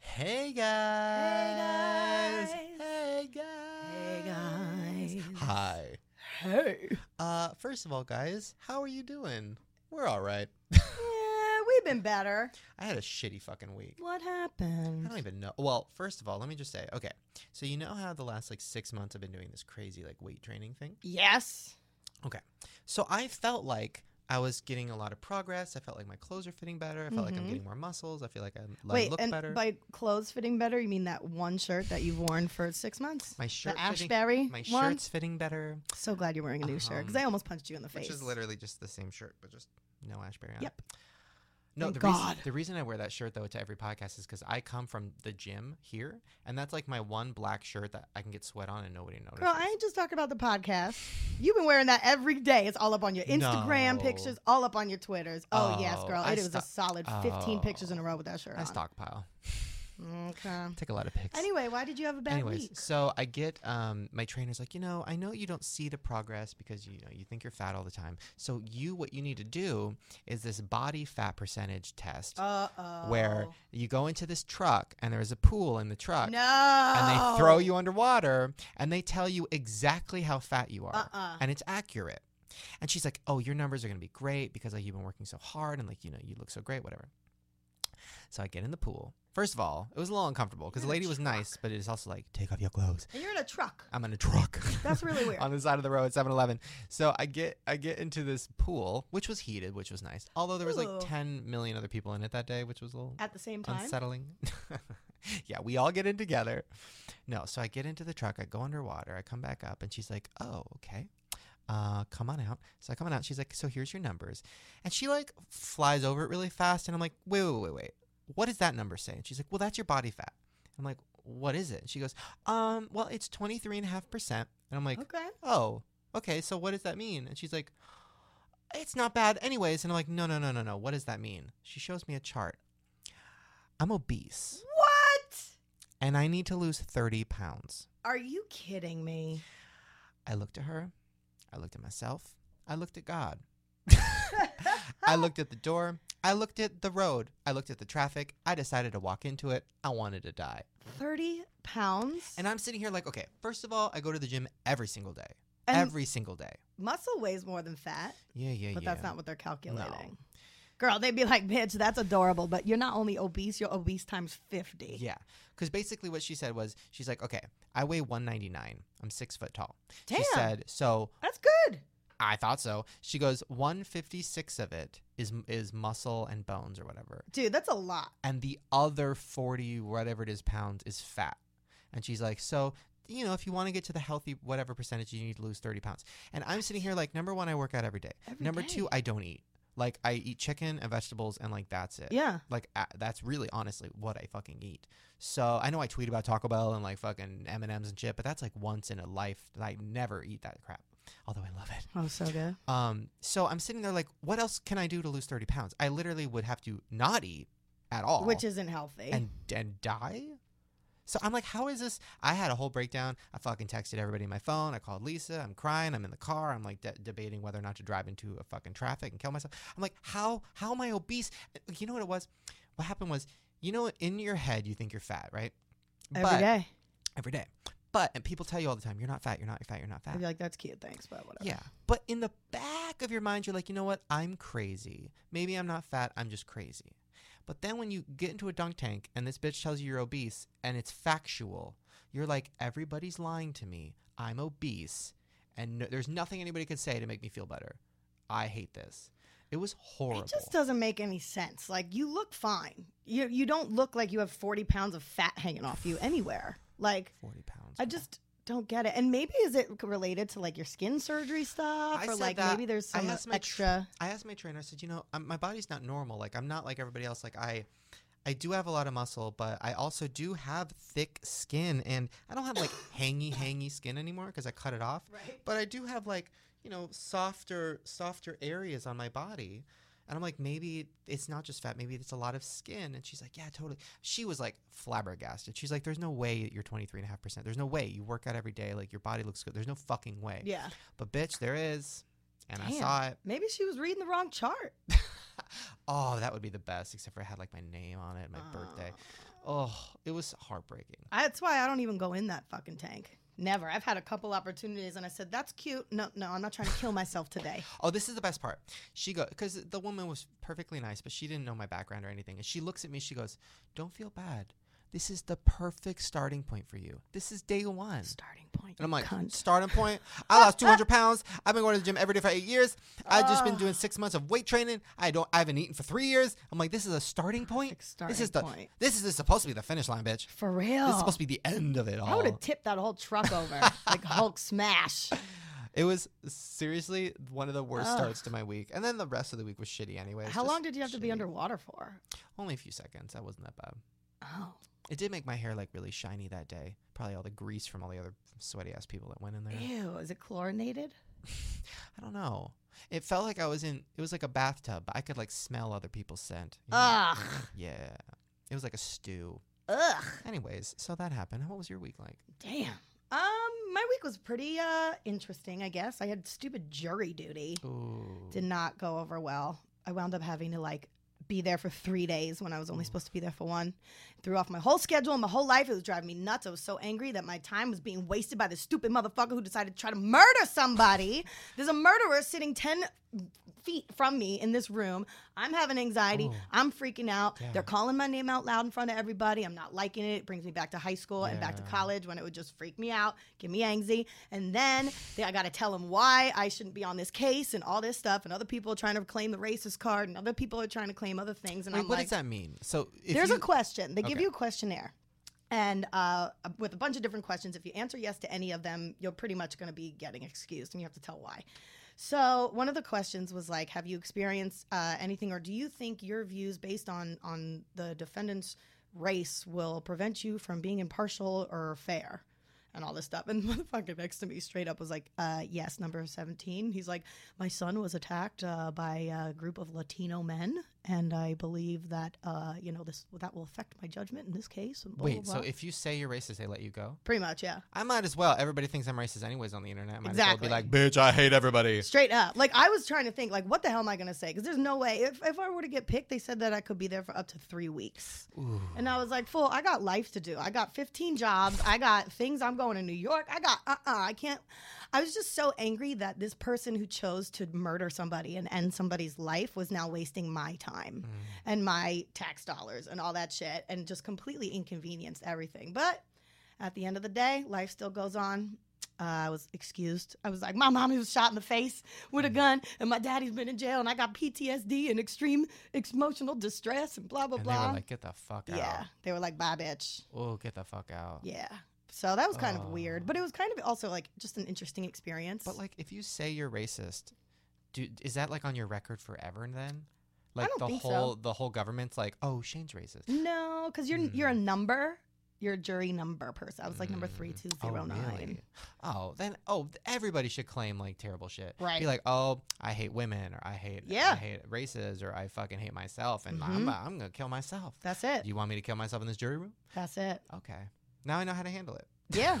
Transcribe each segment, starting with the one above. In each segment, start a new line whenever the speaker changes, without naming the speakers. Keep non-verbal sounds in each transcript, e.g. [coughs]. Hey guys.
guys.
Hey guys.
guys.
Hi. [laughs]
Hey.
Uh first of all guys, how are you doing? We're all right.
Yeah, we've been better.
I had a shitty fucking week.
What
I
happened?
don't even know. Well, first of all, let me just say, okay. So you know how the last like 6 months I've been doing this crazy like weight training thing?
Yes.
So I felt like I was getting a lot of progress. I felt like my clothes are fitting better. I felt like I'm
Mhm.
getting more muscles. I feel like I'm- I
Wait,
look
and
better.
by clothes fitting better, you mean that one shirt that you've worn for six months?
my shirt
the
fitting,
Ashberry
my
one?
shirt's fitting better.
So glad you're wearing a new shirt because
Um,
I almost punched you in the face.
Which is literally just the same shirt, but just no Ashberry on
Yep.
it. No,
Thank
the reason,
God.
the reason I wear that shirt though to every podcast is because I come from the gym here, and that's like my one black shirt that I can get sweat on and nobody notices.
Girl, I ain't just talking about the podcast. You've been wearing that every day. It's all up on your Instagram
No.
pictures, all up on your Twitters. Oh, yes,
Oh,
girl.
I
It was a
sto-
solid 15 pictures in a
Oh.
row with that shirt
I
on.
stockpile,
Okay.
take a lot of pics.
Anyway, why did you have a bad
Anyways,
week?
so I get um, my trainer's like, you know, I know you don't see the progress because you know you think you're fat all the time. So you, what you need to do is this body fat percentage test,
Uh-oh.
where you go into this truck and there's a pool in the truck,
No. Oh.
and they throw you underwater and they tell you exactly how fat you are,
Uh-uh.
and it's accurate. And she's like, oh, your numbers are gonna be great because like you've been working so hard and like you know you look so great, whatever. So I get in the pool. First of all, it was a little uncomfortable because
You're
the
in
lady
a
was
truck.
nice, but it is also like, take off your clothes.
And you're in a truck.
I'm in a truck.
That's really
[laughs]
weird.
on the side of the road, 7-Eleven. So I get I get into this pool, which was heated, which was nice. Although there was
Ooh.
like 10 million other people in it that day, which was a little
At the same time.
unsettling. [laughs] yeah, we all get in together. No, so I get into the truck, I go underwater, I come back up, and she's like, "Oh, okay." Uh, come on out. So I come on out. She's like, "So here's your numbers," and she like flies over it really fast, and I'm like, "Wait, wait, wait, wait. What does that number say?" And she's like, "Well, that's your body fat." I'm like, "What is it?" And she goes, "Um, well, it's 23 and a half percent." And I'm like,
Okay.
oh, okay, so what does that mean? And she's like, it's not bad anyways. And I'm like, no, no, no, no, no. What does that mean? She shows me a chart. I'm obese
What?
and I need to lose 30 pounds.
Are you kidding me?
I looked at her. I looked at myself. I looked at God.
[laughs]
I looked at the door. I looked at the road. I looked at the traffic. I decided to walk into it. I wanted to die.
30 pounds?
And I'm sitting here like, okay, first of all, I go to the gym every single day.
And
every single day.
muscle weighs more than fat,
Yeah, yeah,
but
yeah.
that's not what they're calculating. Girl, they'd be like, bitch, that's adorable, but you're not only obese, you're obese times 50.
Yeah, because basically what she said was, she's like, okay, I weigh 199. I'm six foot tall.
Damn.
She said, so
That's good.
I thought so. She goes, 156 of it is is muscle and bones or whatever,
Dude, that's a lot.
and the other 40 whatever it is pounds is fat. And she's like, so you know, if you want to get to the healthy whatever percentage, you need to lose 30 pounds. And I'm sitting here like, number one, I work out every day.
Every
number
day.
two, I don't eat. Like I eat chicken and vegetables, and like that's it
Yeah.
like a that's really honestly what I fucking eat. So I know I tweet about Taco Bell and like fucking M and M's and shit, but that's like once in a life. I never eat that crap, although I love it.
Oh, so good.
Um, so I'm sitting there like, what else can I do to lose thirty pounds? I literally would have to not eat at all,
Which isn't healthy.
and and die. So I'm like, how is this? I had a whole breakdown. I fucking texted everybody on my phone. I called Lisa. I'm crying. I'm in the car. I'm like de- debating whether or not to drive into a fucking traffic and kill myself. I'm like, how how am I obese? Uh, You know what it was? What happened was, you know, in your head you think you're fat, right?
Every day.
Every day. But and people tell you all the time, you're not fat. You're not fat. You're not
I'd
fat.
be like, that's cute, thanks, but whatever.
Yeah. But in the back of your mind, you're like, you know what? I'm crazy. Maybe I'm not fat. I'm just crazy. But then when you get into a dunk tank and this bitch tells you you're obese and it's factual, you're like, everybody's lying to me. I'm obese and no, there's nothing anybody could say to make me feel better. I hate this. It was horrible.
It just doesn't make any sense. Like you look fine. You you don't look like you have forty pounds of fat hanging off you anywhere. Like
40 pounds.
I
girl.
just don't get it. And maybe is it related to like your skin surgery stuff,
I
or
said
like
that-
maybe there's
I
some
asked my tr-
extra.
I asked my trainer. I said, you know, i my body's not normal. Like I'm not like everybody else. Like I, I do have a lot of muscle, but I also do have thick skin, and I don't have
[coughs]
like hangy, hangy skin anymore because I cut it off.
Right.
But I do have like you know softer, softer areas on my body. And I'm like, maybe it's not just fat. Maybe it's a lot of skin. And she's like, yeah, totally. She was like flabbergasted. She's like, there's no way you're 23.5%. There's no way. You work out every day. Like, your body looks good. There's no fucking way.
Yeah.
But, bitch, there is. And I
Damn.
saw it.
Maybe she was reading the wrong chart.
[laughs] oh, that would be the best, except for I had like my name on it, my birthday. Oh, it was heartbreaking.
That's why I don't even go in that fucking tank. Never. I've had a couple opportunities and I said, that's cute. No, no, I'm not trying to kill
[sighs]
myself today.
Oh, this is the best part. She go because the woman was perfectly nice, but she didn't know my background or anything. And she looks at me. She goes, "Don't feel bad. This is the perfect starting point for you. This is day one."
Starting point.
And I'm
you
like,
cunt.
starting
[laughs]
point. I lost 200 pounds. I've been going to the gym every day for eight years. I've just been doing six months of weight training. I don't. I haven't eaten for three years. I'm like, this is a starting point.
starting
this is the.
point.
This is this is supposed to be the finish line, bitch.
For real.
This is supposed to be the end of it all.
I Oh. would have tipped that whole truck over like Hulk smash.
It was seriously one of the worst
Ugh.
starts to my week, and then the rest of the week was shitty anyway.
How long did you have to be underwater for?
Only a few seconds. That wasn't that bad.
Oh,
It did make my hair like really shiny that day. Probably all the grease from all the other sweaty ass people that went in there.
ew. Is it chlorinated?
I don't know. It felt like I was in. It was like a bathtub, but I could like smell other people's scent. you know?
Ugh.
Yeah. It was like a stew.
Ugh.
Anyways, so that happened. What was your week like?
Damn. Um, my week was pretty uh interesting, I guess. I had stupid jury duty.
Ooh.
Did not go over well. I wound up having to like be there for three days when I was only supposed to be there for one. Threw off my whole schedule and my whole life. It was driving me nuts. I was so angry that my time was being wasted by this stupid motherfucker who decided to try to murder
[laughs]
somebody. There's a murderer sitting 10 feet from me in this room. I'm having anxiety.
Ooh.
I'm freaking out.
Yeah.
They're calling my name out loud in front of everybody. I'm not liking it. It brings me back to high school and back to
Yeah.
college when it would just freak me out, give me angsty. And then they, I got to tell them why I shouldn't be on this case and all this stuff. And other people are trying to claim the racist card and other people are trying to claim other things. And
Wait,
I'm
what
like,
does that mean? So if
there's
you,
a question. They give
Okay.
you a questionnaire, and uh, with a bunch of different questions. If you answer yes to any of them, you're pretty much going to be getting excused, and you have to tell why. So one of the questions was like, "Have you experienced uh, anything, or do you think your views based on on the defendant's race will prevent you from being impartial or fair?" And all this stuff. And [laughs] the motherfucker next to me straight up was like, uh, yes, number 17. He's like, my son was attacked uh, by a group of Latino men, and I believe that uh, you know this that will affect my judgment in this case. And blah,
wait,
blah,
so
blah.
if you say you're racist, they let you go?
pretty much, yeah,
I might as well. Everybody thinks I'm racist anyways on the internet. Might
Exactly.
as well be like, bitch, I hate everybody.
straight up. Like I was trying to think, like, what the hell am I gonna say? Because there's no way if if I were to get picked, they said that I could be there for up to three weeks,
Ooh.
and I was like, fool, I got life to do. I got 15 jobs. I got things. I'm going to New York. I got uh uh I can't. I was just so angry that this person who chose to murder somebody and end somebody's life was now wasting my time.
Mm.
and my tax dollars and all that shit and just completely inconvenienced everything. But at the end of the day, life still goes on. Uh, I was excused. I was like, my mommy was shot in the face with a
Mm.
gun, and my daddy's been in jail, and I got PTSD and extreme ex- emotional distress and blah blah
And they
blah.
were like, get the fuck out.
yeah, they were like, bye, bitch.
Oh, get the fuck out.
Yeah. So that was kind of
Oh.
weird, but it was kind of also like just an interesting experience.
But like, if you say you're racist, do, is that like on your record forever? Then, like
don't
the
think so.
whole the whole government's like, oh, Shane's racist.
no, because you're you're a number. You're a jury number person. I was like number
Mm.
three two
Oh,
zero nine.
really? Oh, then oh, th- everybody should claim like terrible shit.
Right.
Be like, oh, I hate women, or I hate,
Yeah.
I
Mm-hmm.
hate races, or I fucking hate myself, and I'm, I'm gonna kill myself.
That's it.
Do you want me to kill myself in this jury room?
That's it.
Okay, now I know how to handle it. [laughs]
Yeah.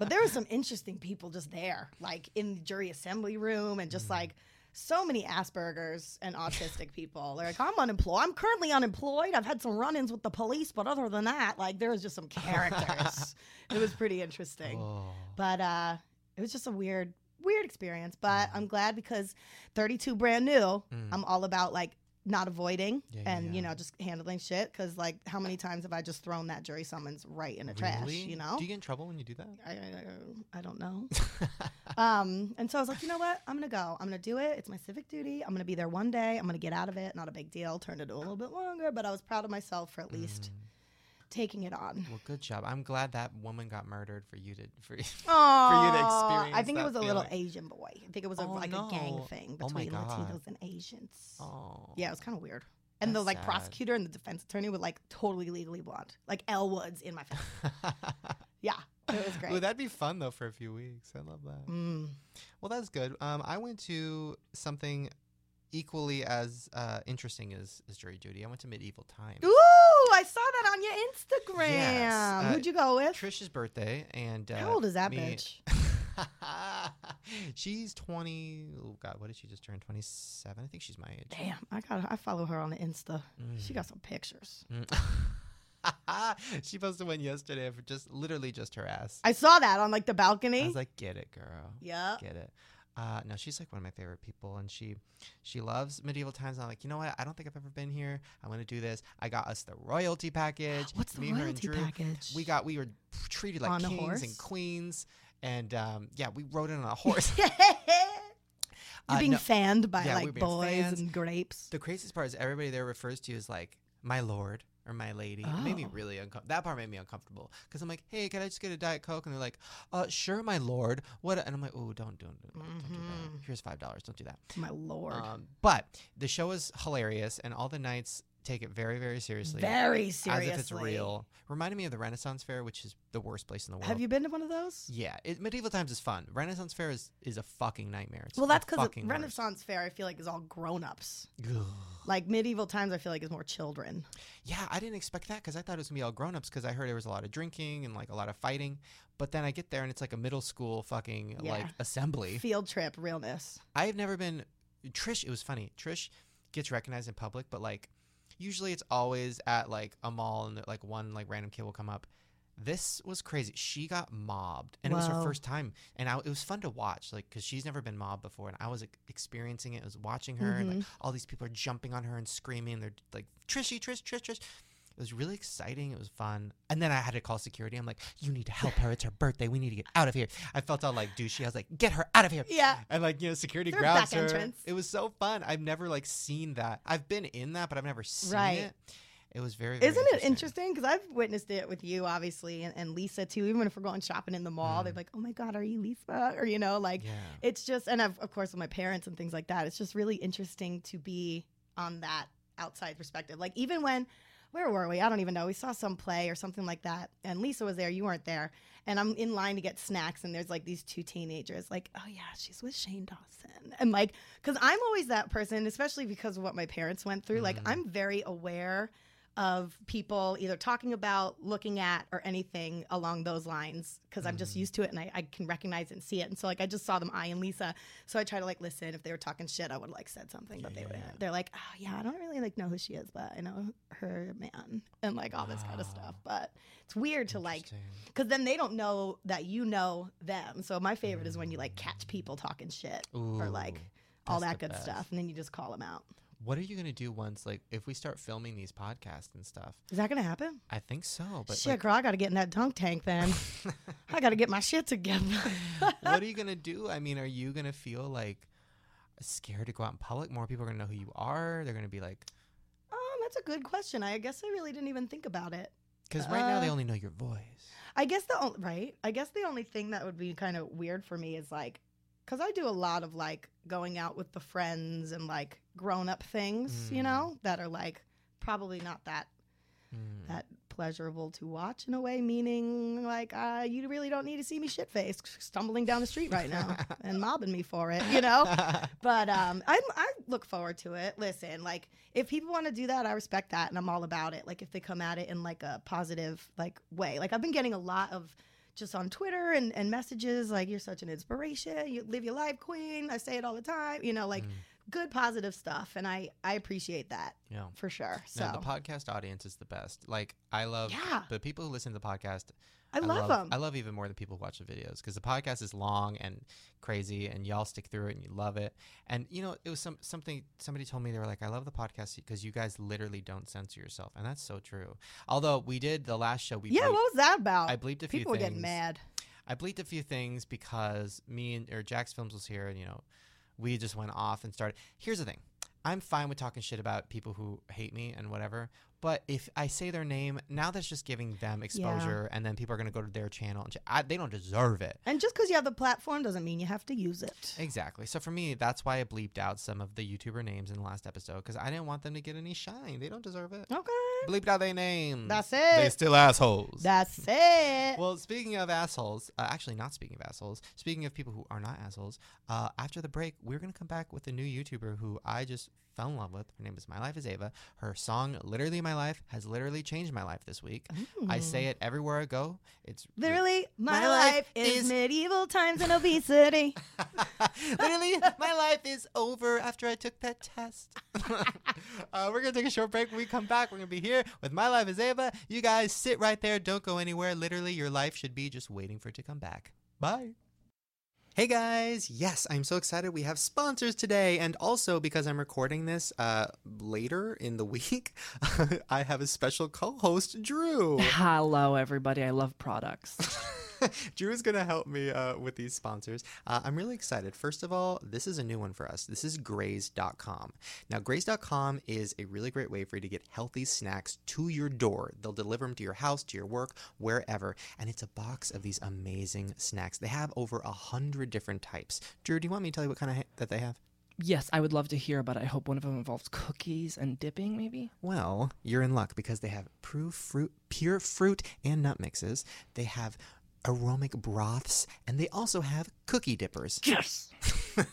But there were some interesting people just there, like in the jury assembly room and just like so many Asperger's and autistic people. They're like, I'm unemployed. I'm currently unemployed. I've had some run ins with the police, but other than that, like there was just
[laughs]
some characters. it was pretty interesting.
Oh.
But uh it was just a weird, weird experience. But I'm glad because 32 brand new,
Mm.
I'm all about like not avoiding
Yeah, yeah,
and you
yeah.
know just handling shit because like how many times have i just thrown that jury summons right in the trash
Really?
you know
Do you get in trouble when you do that?
I, I, I
[laughs]
don't know. um, and so I was like, you know what? I'm gonna go. I'm gonna do it. It's my civic duty. I'm gonna be there one day. I'm gonna get out of it. Not a big deal. Turned it a little bit longer, but I was proud of myself for at least [laughs] taking it on.
Mm. Well, good job. I'm glad that woman got murdered for you to for. [laughs]
Aw, I
experience
think it
that
was a little
feeling.
Asian boy. I think it was a,
Oh,
like a gang
no.
thing
Oh my
between
God.
Latinos and Asians.
oh.
Yeah,
[laughs]
it was kind of weird. And the
That's
like
sad.
prosecutor and the defense attorney were like totally legally blonde, like L Woods in
[laughs]
my face. Yeah, it was great.
Well, that'd be fun though for a few weeks. I love that.
Mm.
Well, that's good. Um, I went to something equally as uh, interesting as, as jury duty. I went to medieval times.
Ooh, I saw that on your Instagram.
Yes, uh,
Who'd you go with?
Trish's birthday, and uh,
How old is that
me-
bitch?
[laughs] she's twenty. Oh God, what did she just turn? Twenty seven. I think she's my age.
Damn, I got I follow her on the Insta. She
Mm. [laughs]
got some pictures.
Mm. she posted one yesterday of just literally just her ass.
I saw that on like the
I
balcony.
was like, get it, girl.
yeah.
Get it. Uh, no, she's like one of my favorite people, and she she loves medieval times. I'm like, you know what? I don't think I've ever been here. I'm gonna do this. I got us the royalty package.
What's the
Me, her, and
royalty
Drew,
package? [laughs]
We got we were treated like
On a
kings
horse?
and queens, and um, yeah, we rode in on a
[laughs]
horse.
You're
Uh,
being
no,
fanned by
Yeah, we're
like
being
boys
fans.
and grapes.
The craziest part is everybody there refers to you as like my lord or my lady. It made me
Oh.
really uncomfortable. That part made me uncomfortable because I'm like, hey, can I just get a diet coke? And they're like, uh, sure, my lord. What? a-" And I'm like, oh, don't do, don't, don't do that.
Mhm.
Here's five dollars. Don't do that.
My lord.
Um, but the show is hilarious, and all the knights take it very, very seriously.
Very seriously.
As if it's real. Reminded me of the Renaissance Fair, which is the worst place in the world.
Have you been to one of those?
Yeah, it, medieval times is fun. Renaissance Fair is, is a fucking nightmare. It's
Well, that's
the
because
fucking worst.
Renaissance Fair, I feel like, is all grown ups.
Ugh.
Like medieval times, I feel like is more children.
Yeah, I didn't expect that because I thought it was gonna be all grown ups because I heard there was a lot of drinking and like a lot of fighting. But then I get there and it's like a middle school fucking like
Yeah.
assembly.
Field trip realness.
I have never been. Trish, it was funny. Trish gets recognized in public, but like usually it's always at like a mall and like one like random kid will come up. This was crazy. She got mobbed, and it was her
Wow.
first time, and I, it was fun to watch, like because she's never been mobbed before, and I was like, experiencing it. I was watching her, and like all these people are jumping on her and screaming. They're like, Trishy, Trish, Trish, Trish. It was really exciting. It was fun. And then I had to call security. I'm like, you need to help her. It's her birthday. We need to get out of here. I felt all like douchey. I was like, get her out of here.
Yeah.
And like, you know, security
Their
grabs
back
her.
entrance.
It was so fun. I've never like seen that. I've been in that, but I've never seen
Right.
it. It was very, very
Isn't it interesting? Because I've witnessed it with you, obviously, and, and Lisa too. Even if we're going shopping in the mall,
Mm.
they're like, "Oh my God, are you Lisa?" Or you know, like
Yeah.
it's just. And I've, of course, with my parents and things like that, it's just really interesting to be on that outside perspective. Like even when, where were we? I don't even know. We saw some play or something like that, and Lisa was there. You weren't there, and I'm in line to get snacks, and there's like these two teenagers, like, "Oh yeah, she's with Shane Dawson," and like, because I'm always that person, especially because of what my parents went through. Like
Mhm.
I'm very aware of people either talking about, looking at, or anything along those lines because I'm just
Mhm.
used to it and I, I can recognize and see it. And so like I just saw them, I and Lisa. So I try to like listen. If they were talking shit, I would have like said something, but they
Yeah.
wouldn't. They're like, oh yeah, I don't really like know who she is, but I know her man and like all this kind of stuff. But it's weird to like
Interesting.
because then they don't know that you know them. So my favorite is when you like catch people talking shit,
Ooh,
like, all
Mm. that's the
that good
best.
stuff, and then you just call them out.
What are you gonna do once, like, if we start filming these podcasts and stuff?
Is that gonna happen?
I think so, but
Shit, girl, I gotta get in that dunk
[laughs]
tank then.
like,
I gotta get my shit together.
[laughs]
[laughs]
what are you gonna do? I mean, are you gonna feel like scared to go out in public? More people are gonna know who you are. They're gonna be like,
um, that's a good question. I guess I really didn't even think about it.
because right now they
Uh,
only know your voice.
I guess the only right. I guess the only thing that would be kind of weird for me is like, because I do a lot of like going out with the friends and like grown up things, you
Mm.
know, that are like probably not that
Mm.
that pleasurable to watch in a way. Meaning like, uh, you really don't need to see me shit faced stumbling down the street right
[laughs]
now and mobbing me for it, you know. But um, I I look forward to it. Listen, like if people want to do that, I respect that, and I'm all about it. Like if they come at it in like a positive like way. Like I've been getting a lot of just on Twitter and and messages like you're such an inspiration. You live your life, queen. I say it all the time. You know, like
Mm.
good positive stuff, and I I appreciate that
yeah.
for sure. So
No, the podcast audience is the best. Like, I love
Yeah.
the people who listen to the podcast.
I, love them.
I love even more the people who watch the videos because the podcast is long and crazy, and y'all stick through it and you love it. And you know, it was some something somebody told me they were like, "I love the podcast because you guys literally don't censor yourself," and that's so true. Although we did the last show, we
yeah,
bleeped-
what was that about?
I bleeped a few
people were
things.
getting mad.
I bleeped a few things because me and or Jack's Films was here, and you know, we just went off and started. Here's the thing: I'm fine with talking shit about people who hate me and whatever. But if I say their name, now that's just giving them exposure, and then people are gonna go to their channel. And ch- I, they don't deserve it.
And just because you have the platform doesn't mean you have to use it.
Exactly. So for me, that's why I bleeped out some of the YouTuber names in the last episode because I didn't want them to get any shine. They don't deserve it.
Okay,
Bleeped out their names.
that's
Hmm. They
it.
still assholes.
That's it.
Well, speaking of assholes, uh, actually, not speaking of assholes, speaking of people who are not assholes, uh, after the break, we're going to come back with a new YouTuber who I just fell in love with. Her name is My Life is Ava. Her song, Literally My my life has literally changed my life this week. I say it everywhere I go. It's
Literally, my,
My life
life is
is-
medieval times and obesity.
[laughs] Literally, my life is over after I took that test. [laughs] uh, we're going to take a short break. When we come back, we're going to be here with My Life is Ava. You guys sit right there. Don't go anywhere. Literally, your life should be just waiting for it to come back. Bye. Hey guys, yes, I'm so excited. We have sponsors today, and also because I'm recording this uh, later in the [laughs] week, I have a special co host, Drew.
[laughs] Hello, everybody. I love products.
[laughs] Drew is going to help me uh, with these sponsors. Uh, I'm really excited. First of all, this is a new one for us. This is Graze.com. Now, Graze.com is a really great way for you to get healthy snacks to your door. They'll deliver them to your house, to your work, wherever. And it's a box of these amazing snacks. They have over a hundred different types. Drew, do you want me to tell you what kind of ha- that they have?
yes, I would love to hear about it. I hope one of them involves cookies and dipping, maybe.
Well, you're in luck because they have pure fruit, pure fruit and nut mixes. They have aromatic broths, and they also have cookie dippers.
Yes.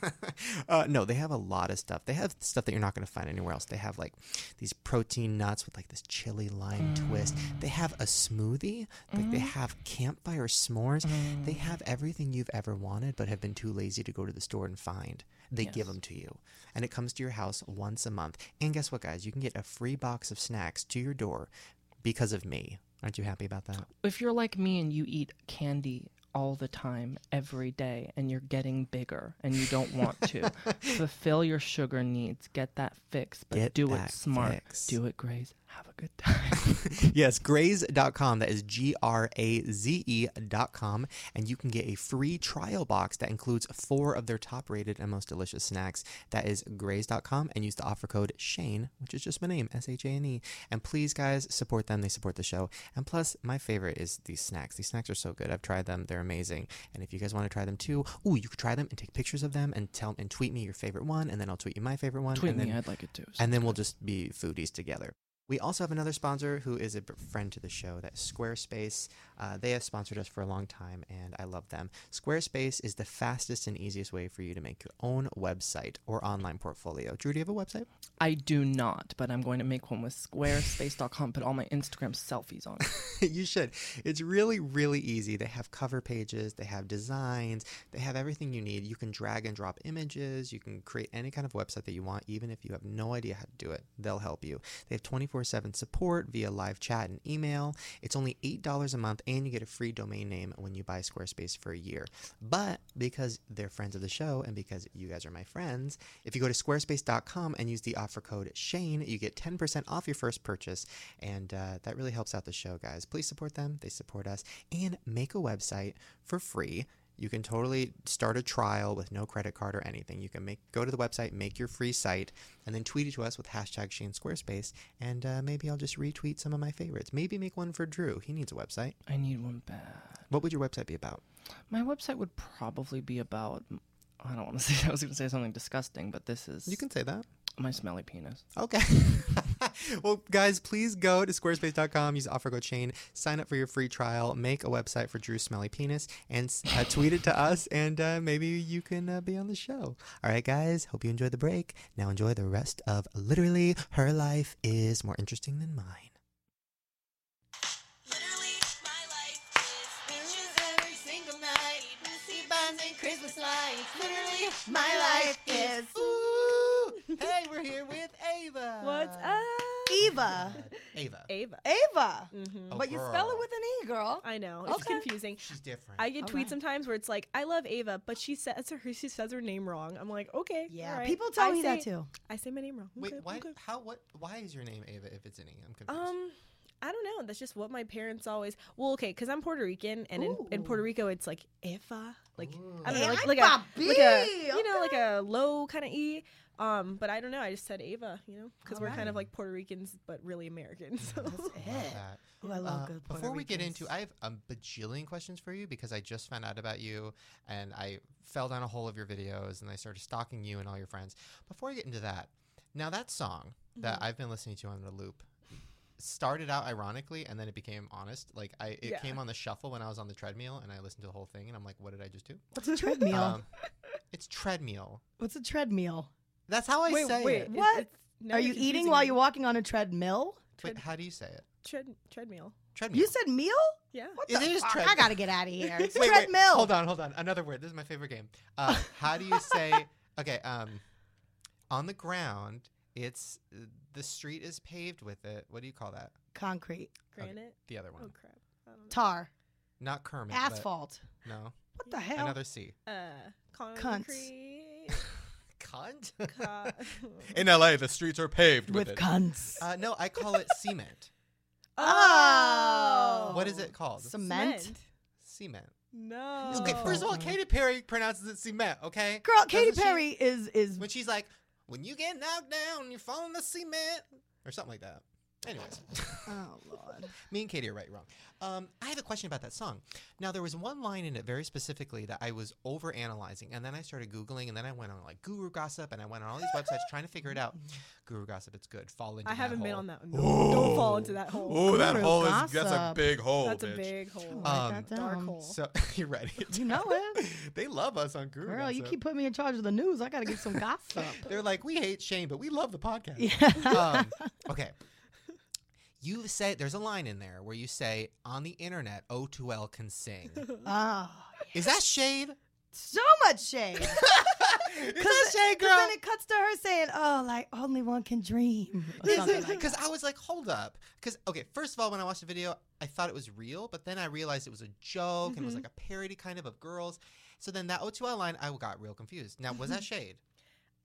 [laughs] uh, no, they have a lot of stuff. They have stuff that you're not going to find anywhere else. They have like these protein nuts with like this chili lime twist. They have a smoothie. Like they have campfire s'mores. They have everything you've ever wanted but have been too lazy to go to the store and find. They give 'em give them to you. And it comes to your house once a month. And guess what, guys? You can get a free box of snacks to your door because of me. Aren't you happy about that?
If you're like me and you eat candy all the time, every day, and you're getting bigger and you don't want
[laughs]
to, fulfill your sugar needs. Get that fix, but
Get
do
that
it smart.
fix.
Do it, Grace. Have a good time.
yes, graze.com. That is G R A Z E.com. And you can get a free trial box that includes four of their top rated and most delicious snacks. That is graze.com. And use the offer code Shane, which is just my name, S H A N E. And please, guys, support them. They support the show. And plus, my favorite is these snacks. These snacks are so good. I've tried them, they're amazing. And if you guys want to try them too, ooh, you could try them and take pictures of them and tell and tweet me your favorite one. And then I'll tweet you my favorite one.
Tweet
and then
me. I'd like it too.
and then we'll just be foodies together. We also have another sponsor who is a b- friend to the show. That's Squarespace. Uh, they have sponsored us for a long time, and I love them. Squarespace is the fastest and easiest way for you to make your own website or online portfolio. Drew, do you have a website?
I do not, but I'm going to make one with squarespace.com, put all my Instagram selfies on.
[laughs]
it.
you should. It's really, really easy. They have cover pages, they have designs, they have everything you need. You can drag and drop images, you can create any kind of website that you want, even if you have no idea how to do it. They'll help you. They have 24 7 support via live chat and email. It's only $8 a month, and you get a free domain name when you buy Squarespace for a year. But because they're friends of the show and because you guys are my friends, if you go to squarespace.com and use the offer code Shane, you get 10% off your first purchase. And uh, that really helps out the show, guys. Please support them. They support us. And make a website for free. You can totally start a trial with no credit card or anything. You can make go to the website, make your free site, and then tweet it to us with hashtag Shane Squarespace. And uh, maybe I'll just retweet some of my favorites. Maybe make one for Drew. He needs a website.
I need one bad.
What would your website be about?
My website would probably be about. I don't want to [laughs] say. I was going to say something disgusting, but this is
You can say that.
my smelly penis.
Okay. [laughs] well, guys, please go to squarespace.com, use offer code Shane, sign up for your free trial, make a website for Drew's smelly penis, and uh, tweet it to us, and uh, maybe you can uh, be on the show. All right, guys, hope you enjoyed the break. Now enjoy the rest of literally her life is more interesting than mine.
Literally, my life is pictures every single night. Messy buns and Christmas lights. Literally, my life is.
Ooh, hey, we're here with Ava.
Eva.
Ava.
Uh, Ava.
Eva.
Mm-hmm.
Oh,
but you
girl.
spell it with an E, girl.
I know it's
Okay. Oh,
confusing.
She's different.
I get
All
tweets
right.
sometimes where it's like, "I love Ava," but she says her she says her name wrong. I'm like, okay,
Yeah.
all right.
People tell
I
me that
say-
too.
I say my name wrong.
Wait,
Okay,
why?
okay.
How? What? Why is your name Ava if it's any? I'm confused.
Um, I don't know. That's just what my parents always. Well, okay, because I'm Puerto Rican, and in, in
Ooh.
Puerto Rico, it's like Eva, like I
Ooh.
don't know, like, like
Eva
a like a
B,
you know like
okay.
a low kind of e. Um, but I don't know. I just said Ava, you know, because we're kind of like Puerto Ricans but really American. [laughs] So
Love
Yeah.
that.
Ooh, I love
Uh,
good Puerto
before we get
Ricans.
into, I have a bajillion questions for you because I just found out about you and I fell down a hole of your videos and I started stalking you and all your friends. Before I get into that, now that song
Mm-hmm.
that I've been listening to on the loop started out ironically and then it became honest. Like I, it
Yeah.
came on the shuffle when I was on the treadmill and I listened to the whole thing and I'm like, what did I just do? Um,
What's [laughs] a treadmill?
it's treadmill.
What's a treadmill?
That's how I
wait,
say
wait,
it.
it's-
What?
it's- now
Are
you're
you eating
confusing
while
me.
you're walking on a treadmill?
Wait,
Tread-
how do you say it?
tread treadmill.
Treadmill.
You said meal?
Yeah.
What
It
the
is
fuck? I
treadmill.
gotta get out of here. It's
Wait, wait,
treadmill.
Hold on, hold on. Another word. This is my favorite game. Uh,
[laughs]
how do you say? Okay. Um, on the ground, it's the street is paved with it. What do you call that?
Concrete,
Granite.
The other
Oh
one,
crap. I don't know.
tar,
not Kermit. but-
asphalt.
no,
What the hell?
another C.
Uh,
[laughs]
concrete.
Cunts.
Cunt.
co- [laughs]
LA, the streets are paved
With cunts.
Uh, no, I call it cement.
Oh.
What is it called?
Cement.
cement.
No.
Okay, first of all,
Oh.
Katy Perry pronounces it cement. Okay,
Girl, Katy
Doesn't she-
Perry is is
when she's like, when you get knocked down, you fall in the cement, or something like that. Anyways, [laughs]
Oh lord.
me and Katie are right wrong. Um, I have a question about that song. Now, there was one line in it very specifically that I was over analyzing, and then I started Googling, and then I went on like Guru Gossip, and I went on all these websites trying to figure it
[laughs]
out. Guru Gossip, it's good. Fall into
I
that
haven't been
hole.
on that one. No, Don't fall into that hole.
that Guru hole is- that's a Gossip.
big hole.
That's a big hole.
Uh, Um,
Write that
Dark
down.
hole.
So [laughs] you're ready. [laughs]
You know it.
they love us on Guru.
Girl, you
Gossip.
keep putting me in charge of the news. I gotta get some
[laughs]
gossip.
They're like, we hate Shane, but we love the
[laughs]
podcast.
[laughs] yeah.
um, okay. You say there's a line in there where you say on the internet O2L can
[laughs]
sing.
Oh,
Is that shade?
so much
[laughs]
shade.
Is that shade,
Because
girl?
then it cuts to her saying, "Oh, like only one
[laughs]
can dream." or something like
Because I was like, hold up. Because okay, first of all, when I watched the video, I thought it was real, but then I realized it was a joke and it was
Mhm.
like a parody kind of of girls. So then that O2L line, I got real confused. Now
[laughs]
was that shade?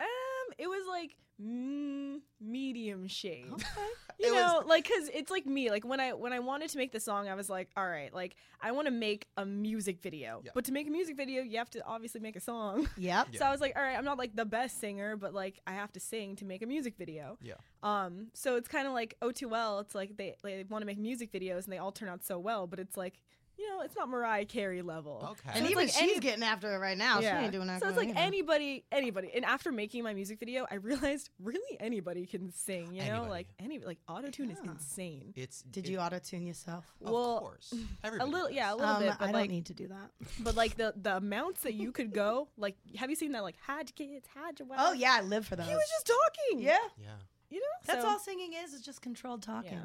Um, it was like mm, medium shade.
Okay.
You
It was-
know, like 'cause like cuz it's like me, like when I when I wanted to make the song, I was like, all right, like I want to make a music video.
Yeah.
But to make a music video, you have to obviously make a song.
Yep.
Yeah.
So I was like, all right, I'm not like the best singer, but like I have to sing to make a music video.
Yeah.
Um, so it's kind of like O2L. It's like they they want to make music videos and they all turn out so well, but it's like, you know, it's not Mariah Carey level.
Okay.
And
it's
even
like
she's
any-
getting after it right now. She ain't doing that.
So it's like anybody, anybody. And after making my music video, I realized [laughs] really anybody can sing. You know,
Anybody.
like any like auto tune is
Yeah.
insane.
It's
Did
it-
you auto tune yourself?
Of
Well,
course. Everybody
little-
does.
yeah, [laughs] a little-
um,
bit, but
I don't
like-
need to do that.
But like the the amounts that you could go, like have you seen that like hide your kids, hide your wife?
Oh yeah, I live for those.
he was just talking.
yeah.
Yeah.
you know,
That's
So,
all singing is. It's just controlled talking.
Yeah.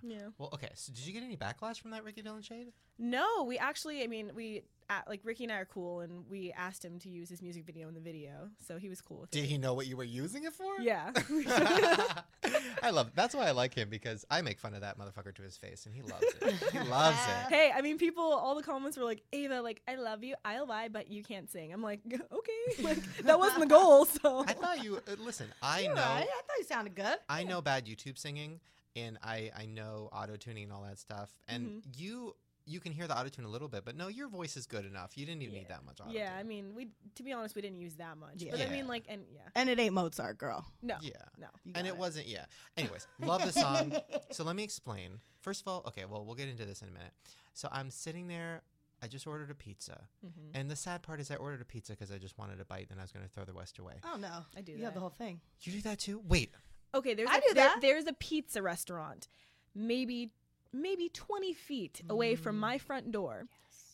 Yeah.
Well, okay. So, did you get any backlash from that Ricky Dillon shade?
No, we actually, I mean, we uh, like Ricky and I are cool, and we asked him to use his music video in the video, so he was cool with
Did
it.
he know what you were using it for?
Yeah.
[laughs]
[laughs]
I love. That's why I like him because I make fun of that motherfucker to his face, and he loves it. He loves it.
Hey, I mean, people, all the comments were like, Ava, like, I love you, I lie, but you can't sing. I'm like, [laughs] okay, like, that wasn't the goal, so.
[laughs] I thought you uh, listen. I
You're
know.
right. I thought you sounded good.
I know bad YouTube singing, and I I know auto tuning and all that stuff. And you you can hear the auto tune a little bit, but no, your voice is good enough. You didn't even need that much auto.
Yeah, I mean, we, to be honest, we didn't use that much. But I
Yeah.
mean, like, and yeah,
And it ain't Mozart, girl.
no,
yeah.
no.
You got
And it wasn't. Yeah. Anyways, love the song. So let me explain. First of all, okay, well, we'll get into this in a minute. So I'm sitting there. I just ordered a pizza.
Mhm.
Mm-hmm.
And the sad part is I ordered a pizza because I just wanted a bite and I was going to throw the rest away.
[laughs] Oh no,
I do
You have
that.
the whole thing.
You do that too? Wait.
Okay, there's
I
a,
do
there-
that.
there's a pizza restaurant, maybe maybe 20 feet away
Mm.
from my front door.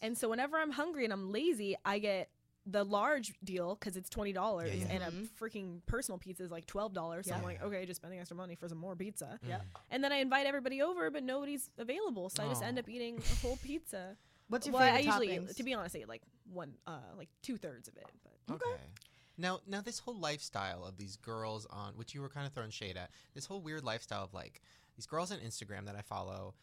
And so whenever I'm hungry and I'm lazy, I get the large deal because it's twenty dollars,
Yeah, yeah.
and
Mhm.
a freaking personal pizza is like twelve dollars. So I'm
Yeah.
like, okay, just spending extra money for some more pizza.
Yeah.
And then I invite everybody over, but nobody's available, so I just end
Oh.
up eating a whole pizza.
What's your
well, I
favorite
usually,
toppings?
to be honest, I eat like one, uh, like two thirds of it.
[laughs]
But
Okay. Now, now this whole lifestyle of these girls on which you were kind of throwing shade at. This whole weird lifestyle of like these girls on Instagram that I follow.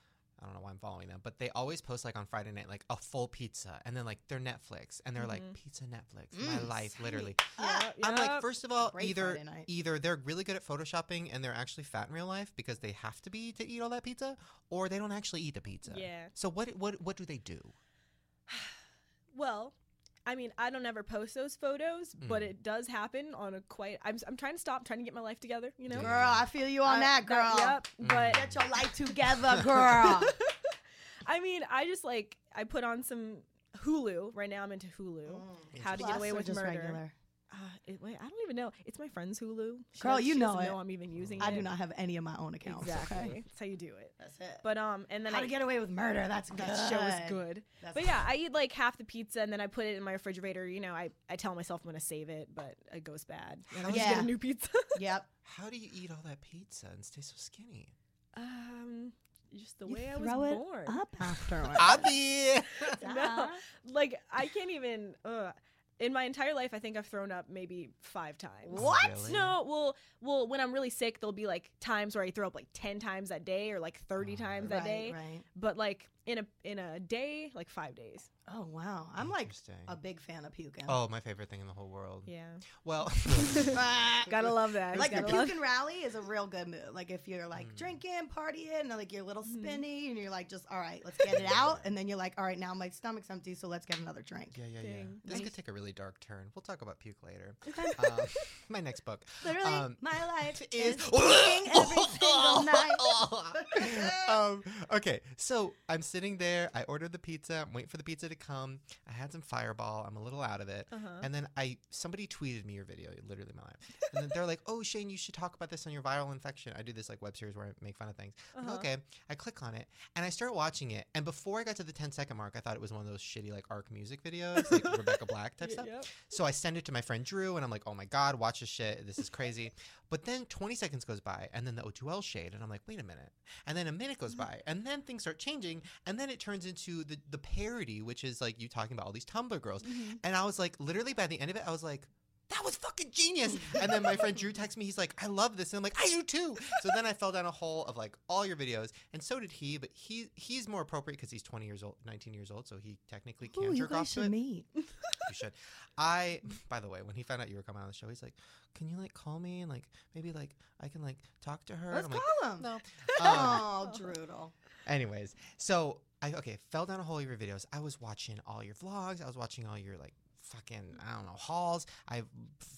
I don't know why I'm following them, but they always post like on Friday night like a full pizza and then like their Netflix and they're like
Mhm.
pizza Netflix.
Mm-hmm.
my
Mm,
life literally.
Ah,
Yeah,
I'm like
yeah.
first of all
Great
either e-
Friday night.
either they're really good at photoshopping and they're actually fat in real life because they have to be to eat all that pizza or they don't actually eat the pizza.
Yeah.
So what what what do they do?
Well, I mean, I don't ever post those photos, but
Mm.
it does happen on a quite. I'm, I'm trying to stop, trying to get my life together. You know,
Yeah.
girl, I feel you on
Uh,
that, girl.
yep.
Mm.
But
Get your life
[laughs]
together, girl.
I mean, I just like I put on some Hulu. Right now, I'm into Hulu.
Oh.
How to
Plus
get away
or
with
just
murder?
regular?
Uh, it, wait, I don't even know. It's my friend's Hulu. She
Girl,
does-
you
she
know
doesn't
it.
know I'm even using it.
I do not have any of my own accounts. [laughs]
exactly.
Okay?
That's how you do it.
That's it.
But um, and then
How
I
to get away with murder? That's good.
that show is good.
That's
But yeah, I eat like half the pizza and then I put it in my refrigerator. You know, I, I tell myself I'm gonna save it, but it goes bad. And I just
Yeah.
get a new pizza.
Yep.
How do you eat all that pizza and stay so skinny?
Um, just the
You
way I was
throw it
born.
up afterwards.
[laughs] Abby.
[laughs]
No, like I can't even. Uh, in my entire life, I think I've thrown up maybe five times.
What? Really?
No. Well, well, when I'm really sick, there'll be like times where I throw up like ten times that day, or like thirty
Oh.
times that
Right,
day.
right.
But like in a in a day, like five days.
Oh wow, I'm like
Interesting.
a big fan of puking. [laughs]
Oh, my favorite thing in the whole world.
Yeah,
Well,
Ah.
gotta love that.
like the
Gotta love-
puke and rally is a real good move. Like if you're like
Mm.
drinking, partying, and like you're a little
Mhm.
spinny, and you're like just all right, let's
[laughs]
get it out, and then you're like all right, now my stomach's empty, so let's get another drink.
[laughs] Yeah, yeah, yeah.
Dang.
This could
Nice.
take a really dark turn. We'll talk about puke later.
Okay.
um, [laughs] my next book
Literally,
Um,
my
[laughs]
life
is
[laughs] is puking every
[laughs]
single night.
um, okay, so I'm sitting there. I ordered the pizza. I'm waiting for the pizza to come. I had some Fireball. I'm a little out of it.
[laughs]
uh-huh.
And then I somebody tweeted me your video, literally my life. And then they're like, "Oh, Shane, you should talk about this on your viral infection." I do this like web series where I make fun of things. I'm like,
Uh-huh.
Okay, I click on it and I start watching it. And before I got to the 10 second mark, I thought it was one of those shitty like Arc Music videos, like Rebecca Black
[laughs]
type
Y-
stuff.
yep.
So I send it to my friend Drew, and I'm like, oh my God, watch this shit. This is crazy. but then 20 seconds goes by, and then the O2L shade, and I'm like, wait a minute. And then a minute goes by, and then things start changing, and then it turns into the, the parody, which is like you talking about all these Tumblr
Mm-hmm.
girls. And I was like, literally by the end of it, I was like, that was fucking genius. And then my friend Drew texts me, he's like, I love this. And I'm like, I do too. So then I fell down a hole of like all your videos. And so did he, but he he's more appropriate because he's 20 years old, 19 years old. So he technically can
Ooh, you
jerk off
guys
to it.
should meet.
You should. I, by the way, when he found out you were coming on the show, he's like, "Can you like call me and like maybe like I can like talk to her?" And
Let's
I'm
call
like,
him.
"No." Um,
Oh, Droodle.
anyways, so I okay fell down a hole of your videos. I was watching all your vlogs. I was watching all your like fucking I don't know hauls. I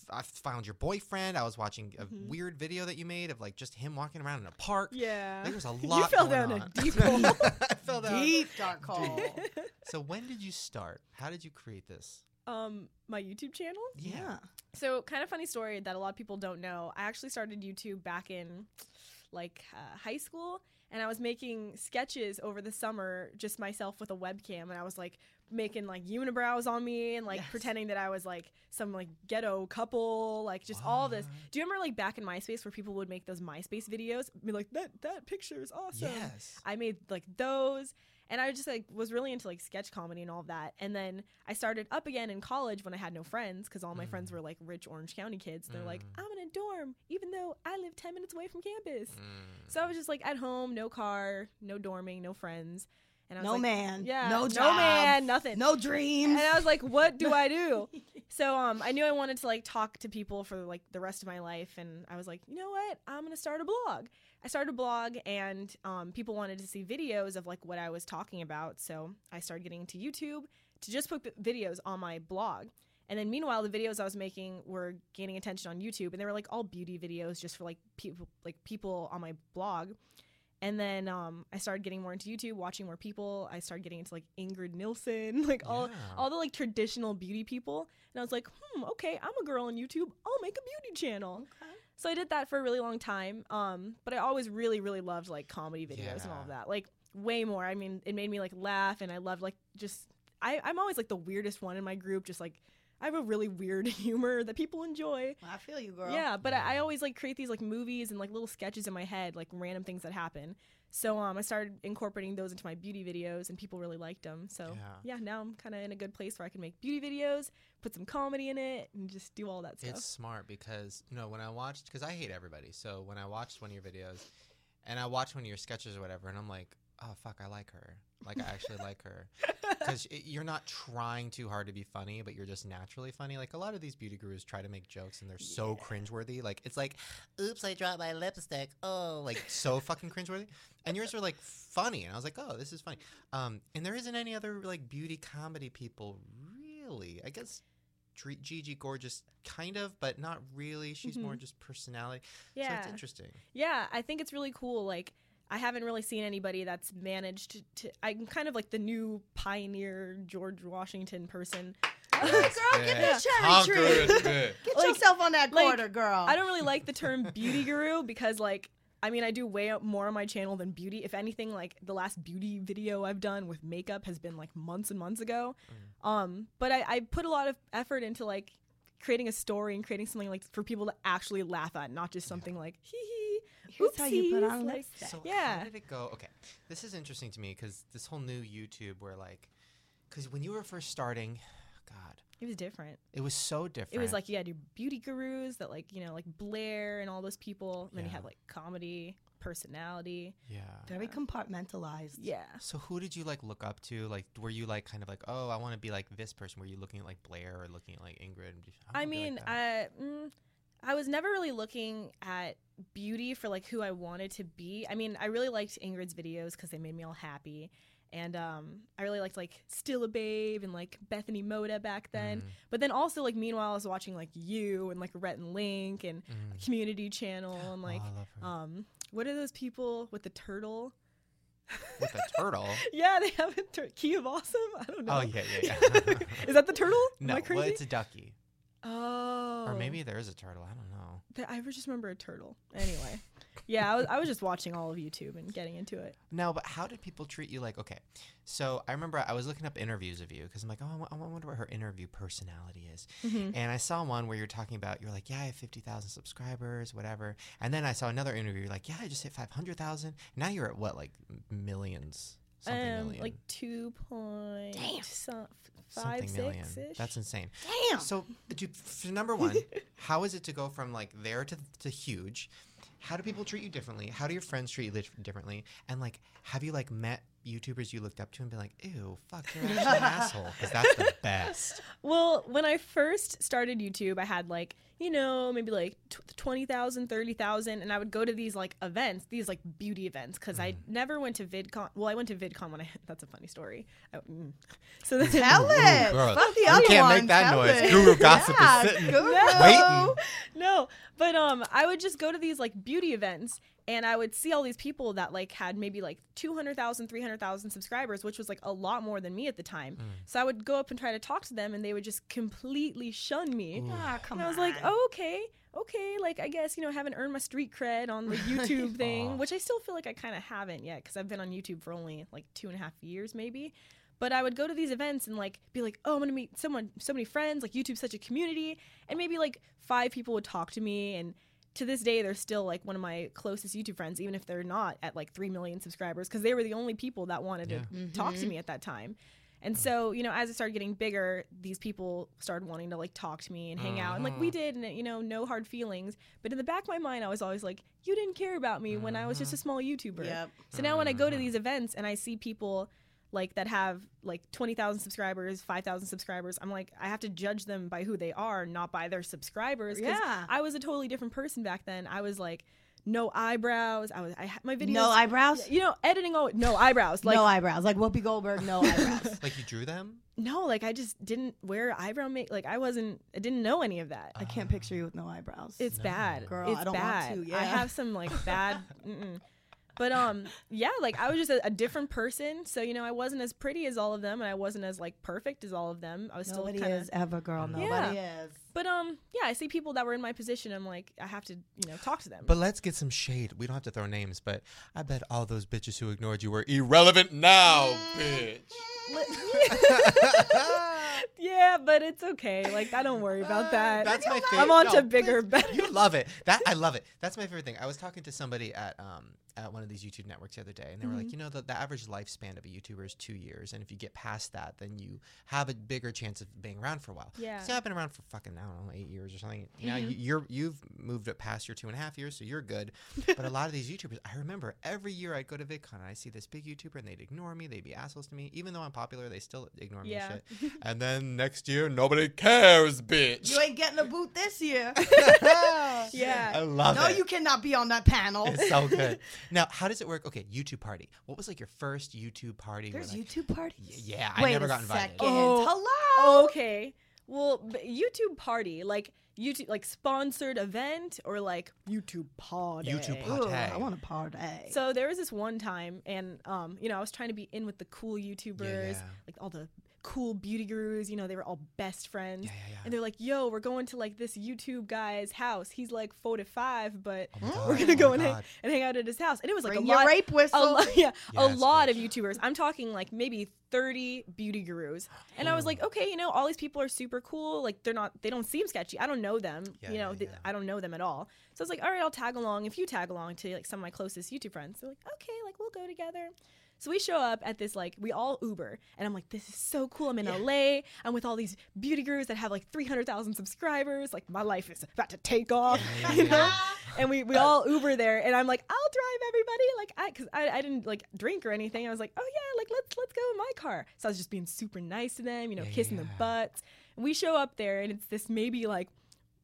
I found your boyfriend. I was watching a
Mhm.
weird video that you made of like just him walking around in a park.
Yeah.
There was a
[laughs]
lot.
fell
going
down a
on.
deep
[laughs]
hole.
I fell down.
Deep dark hole. [laughs]
So when did you start? How did you create this?
um, my YouTube channel.
yeah.
So, kind of funny story that a lot of people don't know. I actually started YouTube back in like uh, high school, and I was making sketches over the summer, just myself with a webcam, and I was like making like unibrows on me and like
Yes.
pretending that I was like some like ghetto couple, like just all this.
What?
Do you remember like back in MySpace where people would make those MySpace videos, be like that that picture is awesome.
Yes.
I made like those and I just like was really into like sketch comedy and all of that. And then I started up again in college when I had no friends cuz all my friends
Mm.
were like rich Orange County kids. They're like,
Mm.
"I'm in a dorm even though I live 10 minutes away from campus."
Mm.
So I was just like at home, no car, no dorming, no friends. And I was
No
like,
man.
Yeah.
No
no
job.
man, nothing.
No dreams.
And I was like, what do I do? So um, I knew I wanted to like talk to people for like the rest of my life, and I was like, you know what? I'm gonna start a blog. I started a blog, and um, people wanted to see videos of like what I was talking about. So I started getting into YouTube to just put vi- videos on my blog. And then meanwhile, the videos I was making were gaining attention on YouTube, and they were like all beauty videos just for like people like people on my blog. And then um, I started getting more into YouTube, watching more people. I started getting into like Ingrid Nilsson, [laughs] like all
Yeah.
all the like traditional beauty people. And I was like, hmm, okay, I'm a girl on YouTube. I'll make a beauty channel. So I did that for a really long time. Um, but I always really, really loved like comedy videos and all of
Yeah.
that. Like way more. I mean, it made me like laugh and I loved like just I, I'm always like the weirdest one in my group, just like I have a really weird [laughs] humor that people enjoy.
Well, I feel you, girl.
Yeah, but I, I
Yeah.
always like create these like movies and like little sketches in my head, like random things that happen. So um, I started incorporating those into my beauty videos, and people really liked them. So
Yeah.
yeah, now I'm kind of in a good place where I can make beauty videos, put some comedy in it, and just do all that stuff.
It's smart because no, when I watched because I hate everybody. So when I watched one of your videos, and I watched one of your sketches or whatever, and I'm like, oh fuck, I like her. Like I actually like
[laughs]
her because you're not trying too hard to be funny, but you're just naturally funny. Like a lot of these beauty gurus try to make jokes, and they're so cringeworthy. Like it's like, oops, I dropped my lipstick. Oh, like [laughs] so fucking cringeworthy. And yours were like funny, and I was like, oh, this is funny. Um, and there isn't any other like beauty comedy people really. I guess Dre- Gigi Gorgeous, kind of, but not really. She's more just personality. So
yeah,
it's interesting.
yeah, I think it's really cool. Like I haven't really seen anybody that's managed to. to I'm kind of like the new pioneer George Washington person.
All right, girl, get
Yeah.
the cherry tree. Get
Like-
yourself on that
like,
quarter, girl.
I don't really like the term beauty guru because like I mean I do way up more on my channel than beauty. If anything, like the last beauty video I've done with makeup has been like months and months ago. Um, but I, I put a lot of effort into like creating a story and creating something like for people to actually laugh at, not just something like hee hee
Here's how you put
Oopsies,
on
like-
[laughs] lipstick.
So how
Yeah.
did it go? Okay, this is interesting to me because this whole new YouTube, where like, because when you were first starting, God,
It was different.
it was so different.
It was like you had your beauty gurus that like you know like Blair and all those people. And Then you
Yeah.
had like comedy, personality.
yeah.
Very compartmentalized.
Yeah.
So who did you like look up to? Like, were you like kind of like, oh, I want to be like this person? Were you looking at like Blair or looking at like Ingrid? and just,
I
wanna be like
mean,
that?
I mm, I was never really looking at beauty for like who I wanted to be. I mean, I really liked Ingrid's videos because they made me all happy, and um, I really liked like Still a Babe and like Bethany Moda back then.
Mm,
But then also like meanwhile, I was watching like you and like Rhett and Link and
mm.
Community Channel and like
oh, I love her.
um, what are those people with the turtle? [laughs]
with a turtle.
Yeah, they have a tur- Key of Awesome. I don't know.
Oh yeah, yeah, yeah.
[laughs] Is that the turtle?
[laughs] no,
Am I crazy?
well, it's a ducky,
oh.
or maybe there is a turtle. I don't know.
Th- I just remember a turtle. Anyway, yeah, I was, I was just watching all of YouTube and getting into it.
No, but how did people treat you? Like, okay, so I remember I was looking up interviews of you because I'm like, oh, I wa- I wonder what her interview personality is.
Mm-hmm.
And I saw one where you're talking about you're like, yeah, I have fifty thousand subscribers, whatever. And then I saw another interview, you're like, yeah, I just hit five hundred thousand. Now you're at what, like m- millions, something
Um,
million,
like two point some,
something
five six
million.
ish.
That's insane.
Damn.
So, do, f- number
[laughs]
one, how is it to go from like there to, to huge? How do people treat you differently? How do your friends treat you lif- differently? And like, have you like met YouTubers you looked up to and been like, "Ew, fuck, you're actually an
[laughs]
asshole," because that's the best.
well, when I first started YouTube, I had like you know maybe like tw- 20,000, 30,000 and I would go to these like events, these like beauty events because
Mm.
I never went to VidCon. Well, I went to VidCon when I [laughs] that's a funny story. I, mm.
[laughs]
So this
Tell it.
girl,
Fuck the
you
other
can't make
one.
that
Tell
noise.
it.
Guru gossip is
yeah,
sitting
guru.
Oh.
Waiting.
[laughs] no but um i would just go to these like beauty events and i would see all these people that like had maybe like 200000 300000 subscribers which was like a lot more than me at the time so i would go up and try to talk to them and they would just completely shun me
Ah, come
and i was
on.
like oh, okay okay like i guess you know i haven't earned my street cred on
[laughs]
the youtube
Aw.
thing which i still feel like i kind of haven't yet because i've been on youtube for only like two and a half years maybe but I would go to these events and like be like, oh, I'm gonna meet someone, so many friends. Like YouTube's such a community, and maybe like five people would talk to me. And to this day, they're still like one of my closest YouTube friends, even if they're not at like three million subscribers, because they were the only people that wanted to talk
Mm-hmm.
to me at that time. And so, you know, as it started getting bigger, these people started wanting to like talk to me and hang out. And like
Uh-huh.
we did, and you know, no hard feelings. But in the back of my mind, I was always like, you didn't care about me when I was just a small YouTuber.
Uh-huh. Yep. Uh-huh.
So now when I go to these events and I see people like that have like 20,000 subscribers, 5,000 subscribers, I'm like I have to judge them by who they are, not by their subscribers 'cause
Yeah.
I was a totally different person back then. I was like no eyebrows. I was I had my videos
No eyebrows.
you know, editing all no eyebrows. Like
no eyebrows. Like Whoopi Goldberg.
[laughs]
No
[laughs]
eyebrows.
Like you drew them.
no, like I just didn't wear eyebrow make like I wasn't I didn't know any of that.
I can't picture you with no eyebrows.
Oh,
It's bad.
Girl,
it's
I don't want
bad.
to, yeah.
I have some like
[laughs]
bad. mm-mm. But um, yeah, like I was just a, a different person. So you know, I wasn't as pretty as all of them, and I wasn't as like perfect as all of them. I was
nobody
still kind
is
of.
ever girl. Nobody is.
But um, yeah, I see people that were in my position. I'm like, I have to, you know, talk to them.
But let's get some shade. We don't have to throw names, but I bet all those bitches who ignored you were irrelevant now,
[laughs]
bitch.
[laughs]
[laughs]
yeah, but it's okay. Like I don't worry about that.
That's my favorite.
I'm on
No,
to bigger, better.
You love it. That I love it. That's my favorite thing. I was talking to somebody at um at one of these YouTube networks the other day, and they were
Mm-hmm.
like, you know, the, the average lifespan of a YouTuber is two years, and if you get past that, then you have a bigger chance of being around for a while.
Yeah. Mm-hmm.
So I've been around for fucking I don't know eight years or something. Now you, you're you've moved it past your two and a half years, so you're good.
[laughs]
but a lot of these YouTubers, I remember every year I'd go to VidCon and I see this big YouTuber and they'd ignore me, they'd be assholes to me, even though I'm popular, they still ignore me
Yeah.
and shit. [laughs] and then next year, nobody cares, bitch.
You ain't getting a boot this year.
Yeah.
I [laughs] love
no,
it.
you cannot be on that panel.
It's so
[laughs]
good. now, how does it work? Okay, YouTube party. What was like your first YouTube party? where,
There's
like,
YouTube parties.
y- Yeah, I
Wait
never
a
got invited.
second.
Oh.
Hello.
Okay. Well, b- YouTube party, like YouTube, like sponsored event or like YouTube party.
YouTube
Ooh,
party.
I want a party.
So there was this one time, and um, you know, I was trying to be in with the cool YouTubers,
yeah.
like all the cool beauty gurus. You know, they were all best friends.
Yeah, yeah, yeah.
And they're like, "Yo, we're going to like this YouTube guy's house. He's like four to five, but
my God.
[gasps] we're gonna
Oh
go
my
and hang,
God.
and hang out at his house." And it was like
Bring
a
your
lot,
rape
a
whistle. [laughs]
lot, [laughs] yeah, a
Yes,
lot
bitch.
of [laughs] YouTubers. I'm talking like maybe
Hmm.
30 beauty gurus, and I was like, "Okay, you know, all these people are super cool. Like they're not, they don't seem sketchy. I don't know them.
Yeah,
you know,
yeah,
th-
yeah.
I don't know them at all. So I was like, all right, I'll tag along. If you tag along to like some of my closest YouTube friends, they're like, okay, like we'll go together. So we show up at this like we all Uber, and I'm like, this is so cool. I'm in LA. I'm with all these beauty gurus that have like 300,000 subscribers. Like my life is about to take off,
Yeah, yeah,
[laughs] you know.
yeah.
And we
Uh,
we all Uber there, and I'm like, I'll drive everybody. Like I, cause I I didn't like drink or anything. I was like, oh yeah, like let's let's go in my car. So I was just being super nice to them, you know,
Yeah, yeah,
kissing
yeah.
the butts. And we show up there, and it's this maybe like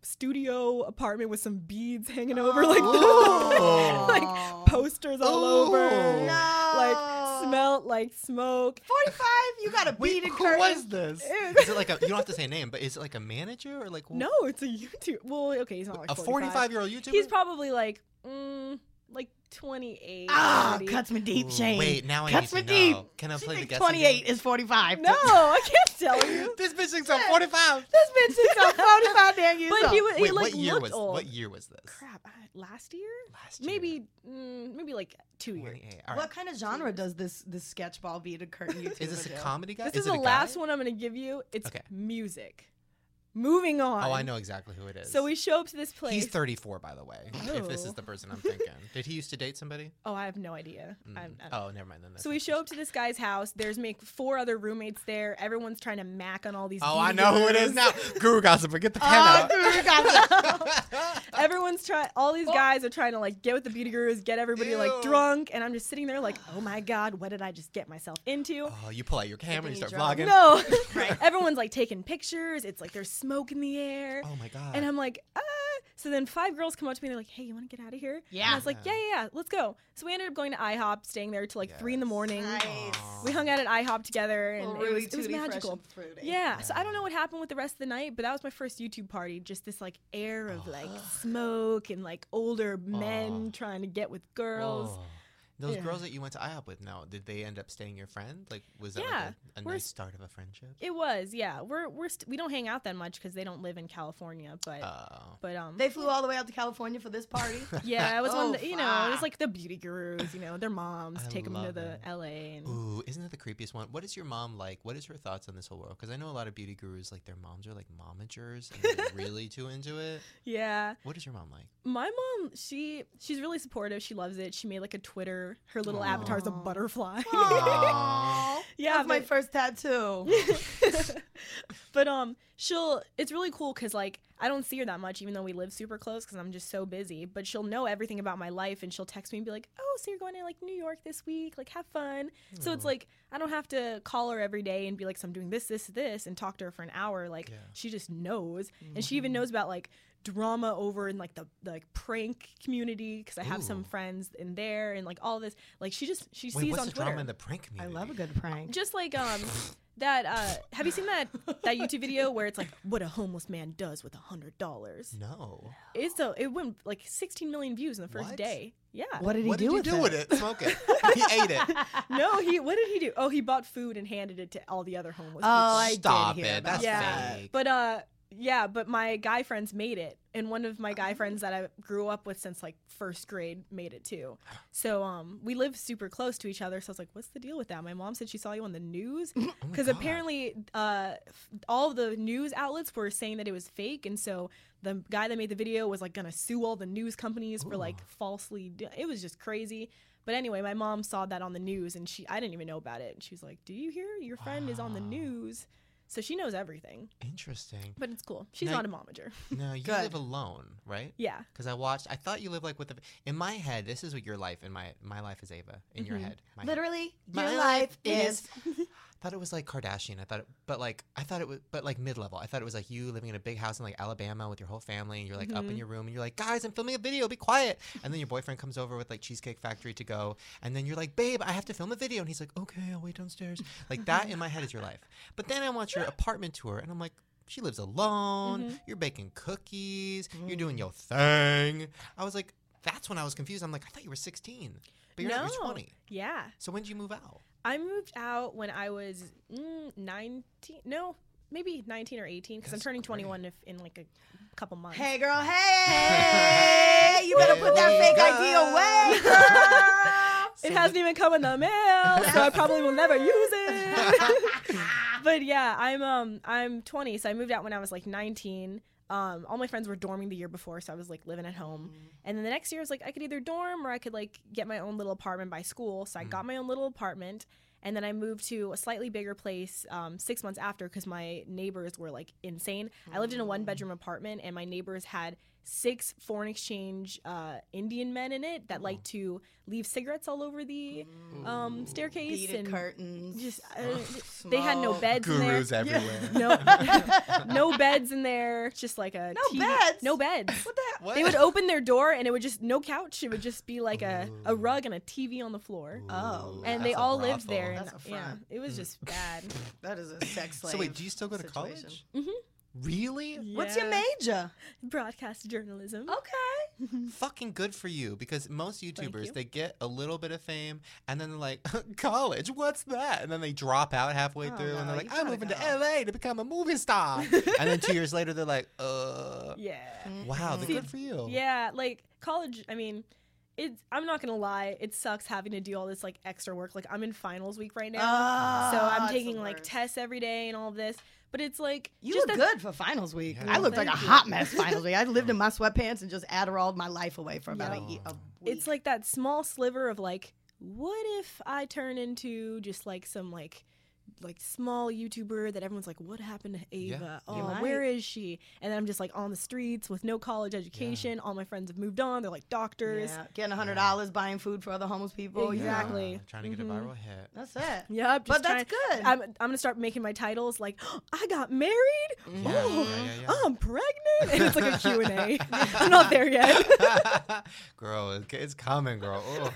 studio apartment with some beads hanging over like [laughs]
Ooh.
like posters all over
Oh. Ooh.
No.
like smelt like smoke
45, you got a
Wait,
beaded
who
curtain.
was this? [laughs] Is it like a? You don't have to say a name, but is it like a manager or like wh-
no it's a youtube well okay he's not like
a 45 year old YouTuber?
he's probably like mm, like 28
Ah,
30.
cuts me deep,
Ooh,
Shane.
Wait, now I
Cuts
need
me
to know.
deep.
Can I
she
play the
thinks
guessing
[laughs]
28
game?
is 45.
no i can't tell you
this bitch thinks I'm 45.
This bitch is [laughs]
[laughs]
so 45 damn years
but
old.
he, was, he
Wait,
like
what year
looked
was
old
what year was this?
crap uh, last year
Last year.
maybe mm, maybe like two years
28. All right.
What kind of genre does this this sketchball
[laughs]
beaded curtain YouTube?
Is this a comedy guy?
this
is,
is
it
the
a guy?
last one i'm gonna give you it's
Okay.
music moving on
Oh, I know exactly who it is.
so we show up to this place
He's 34, by the way. If this is
Oh.
the person I'm
[laughs]
thinking, did he used to date somebody?
oh i have no idea I, I
Mm.
don't
oh, never mind. Then that's
So we
not-
show up to this guy's house. There's make four other roommates there. Everyone's trying to mac on all these.
Oh, I know who it is
geezers.
now. Guru gossiper, get the pen
Oh,
out.
dude,
[laughs]
got
Everyone's trying. All these guys are trying to like get with the beauty gurus, get everybody
Ew.
like drunk, and I'm just sitting there like, oh my god, what did I just get myself into?
Oh, you pull out your camera, you
Did he
start
draw?
vlogging. [laughs]
no, [laughs] Everyone's like taking pictures. It's like there's smoke in the air,
Oh my god.
and I'm like, ah. So then five girls come up to me and they're like, hey, you want to get out of here? And I
yeah.
was like, yeah,
Yeah.
yeah, yeah, let's go. So we ended up going to IHOP, staying there till like three in the
Yes.
morning.
Nice.
We hung out at IHOP together, and it
Little
was,
Rudy
it was
Tooty fresh
magical.
and fruity.
Yeah. So I don't
Yeah.
know what happened with the rest of the night, but that was my first YouTube party. Just this like air of
Oh.
like smoke and like older men
Oh.
trying to get with girls.
Oh. Those
Yeah.
girls that you went to IHOP with now, did they end up staying your friend? Like, was that
Yeah,
like a, a
we're
nice
s-
start of a friendship?
It was, yeah. We're we're st- we don't hang out that much because they don't live in California, but
Oh.
but um.
[laughs]
They flew all the way out to California for this party.
yeah, I was one.
Oh,
of the- You know, it was
fuck.
like the beauty gurus. You know, their moms
I
take them to
love
the
it.
L.A. and
Mm-hmm.
Ooh, isn't that the creepiest one? What is your mom like? What is her thoughts on this whole world? Because I know a lot of beauty gurus, like their moms are like momagers and
[laughs]
they're really too into it.
yeah.
What is your mom like?
My mom, she she's really supportive. She loves it. She made like a Twitter. Her little avatar is a
Aw.
butterfly.
Aww.
[laughs] yeah,
That's my
but-
first tattoo.
[laughs] but um she'll it's really cool because like i don't see her that much even though we live super close because i'm just so busy but she'll know everything about my life and she'll text me and be like oh so you're going to like new york this week like have fun so it's
Aw.
like i don't have to call her every day and be like so i'm doing this this this and talk to her for an hour like
Yeah. Mm-hmm.
she just knows and she even knows about like drama over in like the like prank community because i have
Ooh.
some friends in there and like all this like she just she
Wait,
sees
what's
on
the
twitter
drama in the prank
I
community?
love a good prank.
just like um that uh have you seen that that youtube video where it's like what a homeless man does with a hundred dollars
No.
it's so it went like 16 million views in the first
What?
day yeah
What did he
what
do
did
with
you do
it?
with it? Smoke
[laughs]
it. he ate it.
no he what did he do oh he bought food and handed it to all the other homeless
Oh, I did
Stop
hear
it.
about
That's
Yeah.
fake.
people but uh yeah but my guy friends made it and one of my guy friends that i grew up with since like first grade made it too so um we live super close to each other so i was like what's the deal with that my mom said she saw you on the news
Oh my
because
God.
apparently uh, f- all the news outlets were saying that it was fake and so the guy that made the video was like gonna sue all the news companies for like
Ooh.
falsely d it was just crazy but anyway my mom saw that on the news and she i didn't even know about it and she was like do you hear your friend is on the
Wow.
news so she knows everything
Interesting.
but it's cool she's
Now-
not a momager
[laughs]
No, you
Good.
live alone, right?
[laughs] yeah
Because I watched, I thought you lived like with the. In my head, this is what your life. In my my life is Ava. In your
Mhm.
head, my head.
Mm-hmm. Literally,
My
your
life
life is.
I thought it was like Kardashian. I thought, it, but like I thought it was, but like mid level. I thought it was like you living in a big house in like Alabama with your whole family, and you're like up in
Mhm.
your room, and you're like, guys, I'm filming a video, be quiet. And then your boyfriend comes over with like Cheesecake Factory to go, and then you're like, babe, I have to film a video, and he's like, okay, I'll wait downstairs. Like that in my head is your life. But then I
[laughs]
watch your apartment tour, and I'm like. She lives alone.
Mm-hmm.
You're baking cookies. You're doing your thing. I was like, that's when I was confused. I'm like, I thought you were 16, but you're not. You're
No.
20.
yeah
So when did you move out?
i moved out when i was mm, 19 no maybe 19 or 18 because i'm
That's
turning
great.
21 if, in like a couple months
Hey, girl, hey! You better put that
Hey,
fake
girl.
ID away, girl!
It hasn't even come in the mail, so I probably will never use [laughs] it. but yeah, I'm um I'm 20, so I moved out when I was like 19. um, all my friends were dorming the year before, so I was like living at home. And then the next year, I was like, I could either dorm or I could like get my own little apartment by school. So I got my own little apartment. And then I moved to a slightly bigger place um, six months after because my neighbors were like insane. I lived in a one bedroom apartment, and my neighbors had six foreign exchange uh, Indian men in it that liked to leave cigarettes all over the um, staircase
Beaded
and
curtains.
just uh, they had no
smoke.
beds. in there.
Gurus everywhere.
[laughs] No, no beds in there. Just like a
No
TV
beds?
No beds.
[laughs] What the hell?
What?
They would open their door and it would just no couch. It would just be like a, a rug and a TV on the floor. Uh,
Oh,
and they
that's a
all lived
brothel.
there.
That's
and,
a
yeah,
front. Mm.
it was just bad.
That is a sex slave.
So wait, do you still go to
situation.
college?
Mhm.
Mm-hmm.
Mm-hmm.
Really?
[laughs] What's your major?
Broadcast journalism.
Okay.
Fucking good for you because most YouTubers
you.
they get a little bit of fame and then they're like, [laughs] college, what's that? And then they drop out halfway
Oh,
through and
no,
they're like,
you
I'm
gotta
moving to
go.
LA to become a movie
[laughs]
star. and then two years later they're like, uh,
Yeah.
wow, they're
See,
good for you.
Mm.
Yeah, like college, I mean, it's I'm not going to lie, it sucks having to do all this like extra work. Like I'm in finals week right now. so
Ah,
I'm
it's the
taking like
worst.
tests every day and all this. But it's like
You
just
look
that-
good for finals week.
Yeah.
I looked like a
Thank you.
hot mess finals week. I lived in my sweatpants and just Adderalled my life away for about a,
Yeah.
ye- a week.
it's like that small sliver of like what if i turn into just like some like like small youtuber that everyone's like what happened to
Yeah.
ava
You
oh
might.
where is she and then i'm just like on the streets with no college education all my friends have moved on they're like doctors
yeah. getting hundred dollars, buying food for other homeless people.
Yeah,
Yeah,
Exactly.
Trying to get a
Mhm.
viral hit.
that's it.
yep just
But that's
trying-
good.
I'm, I'm gonna start making my titles like [gasps] i got married
Yeah,
oh
yeah, yeah, yeah.
[gasps] i'm pregnant [laughs] and it's like a
[laughs]
q&a i'm not there yet [laughs]
[laughs] girl, it's- it's coming, girl. Ooh.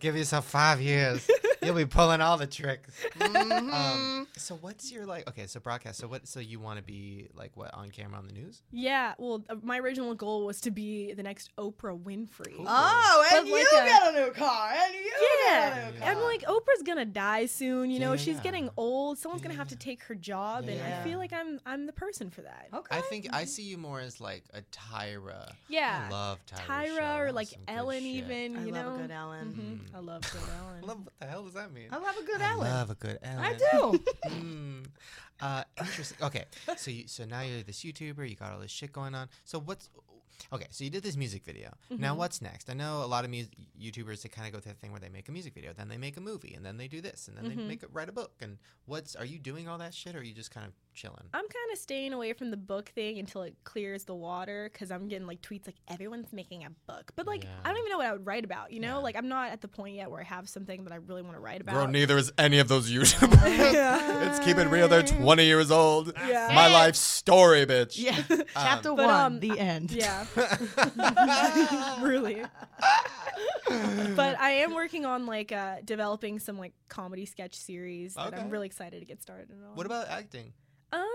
Give yourself five years. You'll be pulling all the tricks.
Mm-hmm.
Um, so what's your like? Okay, so broadcast. So what? So you want to be like what on camera on the news?
yeah well uh, my original goal was to be the next oprah winfrey
Ooh.
Oh, and
But like
you
a-
get a new car, and you
Yeah.
get a new car.
I'm like, Oprah's gonna die soon. You
Yeah,
know,
yeah,
she's
yeah.
getting old. Someone's
Yeah,
gonna
yeah,
have to take her job,
Yeah, Oh.
and
yeah.
I feel like I'm I'm the person for that.
okay.
I think I see you more as like a Tyra.
Yeah,
I love Tyra.
Tyra or like Ellen, even.
I
you
love
know,
a good Ellen.
Mhm. I love
[laughs]
good Ellen.
Mm. Love, what the hell does that mean?
Mm-hmm. I love a good
I
Ellen. [laughs]
love a good Ellen. [laughs]
I do.
Mm. Uh, interesting. Okay, so you, so now you're this YouTuber. You got all this shit going on. So what's okay? So you did this music video. Now what's next? I know a lot of music YouTubers they kind of go through the thing where they make a music video, then they make a movie, and then they do this, and then they
Mhm.
make a, write a book. And what's are you doing all that shit, or are you just kind of chilling?
[laughs] I'm kind of staying away from the book thing until it clears the water because I'm getting like tweets like everyone's making a book, but like
Yeah.
I don't even know what I would write about. You know,
Yeah.
like I'm not at the point yet where I have something that I really want to write about.
Bro, neither is any of those YouTubers.
[laughs] yeah.
[laughs]
Let's keep it real. They're 20 years old.
Yeah.
My life story, bitch.
Yeah. [laughs] Chapter
But,
one,
um,
the end.
[laughs]
Yeah. really. but I am working on like uh, developing some like comedy sketch series that
Okay.
I'm really excited to get started
[laughs]
on.
What about acting?
Um,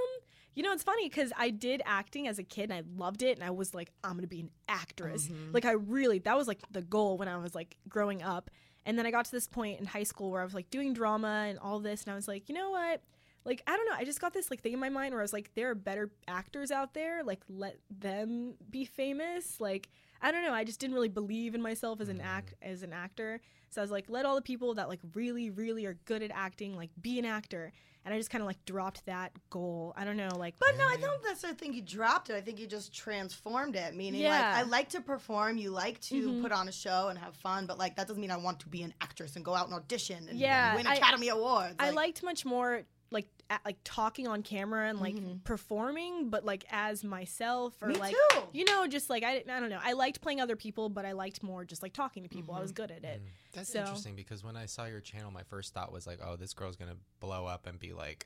you know, it's funny because I did acting as a kid and I loved it, and I was like, I'm gonna be an actress. Like I really that was like the goal when I was like growing up. And then I got to this point in high school where I was like doing drama and all this, and I was like, you know what? Like I don't know, I just got this like thing in my mind where I was like, there are better actors out there. Like let them be famous. Like I don't know, I just didn't really believe in myself as an act as an actor. So I was like, let all the people that like really, really are good at acting like be an actor. And I just kind of like dropped that goal. I don't know, like,
But no, I don't necessarily think you dropped it. I think you just transformed it. Meaning,
Yeah.
like, I like to perform. You like to
Mhm.
put on a show and have fun. But like, that doesn't mean I want to be an actress and go out and audition and
Yeah,
win
I-
Academy Awards.
I liked much more like a like talking on camera and like performing, but like as myself or
Me
like
too.
you know, just like I didn't- I don't know. I liked playing other people, but I liked more just like talking to people. I was good at it.
Mm-hmm.
That's
So-
interesting because when I saw your channel, my first thought was like, "Oh, this girl's gonna blow up and be like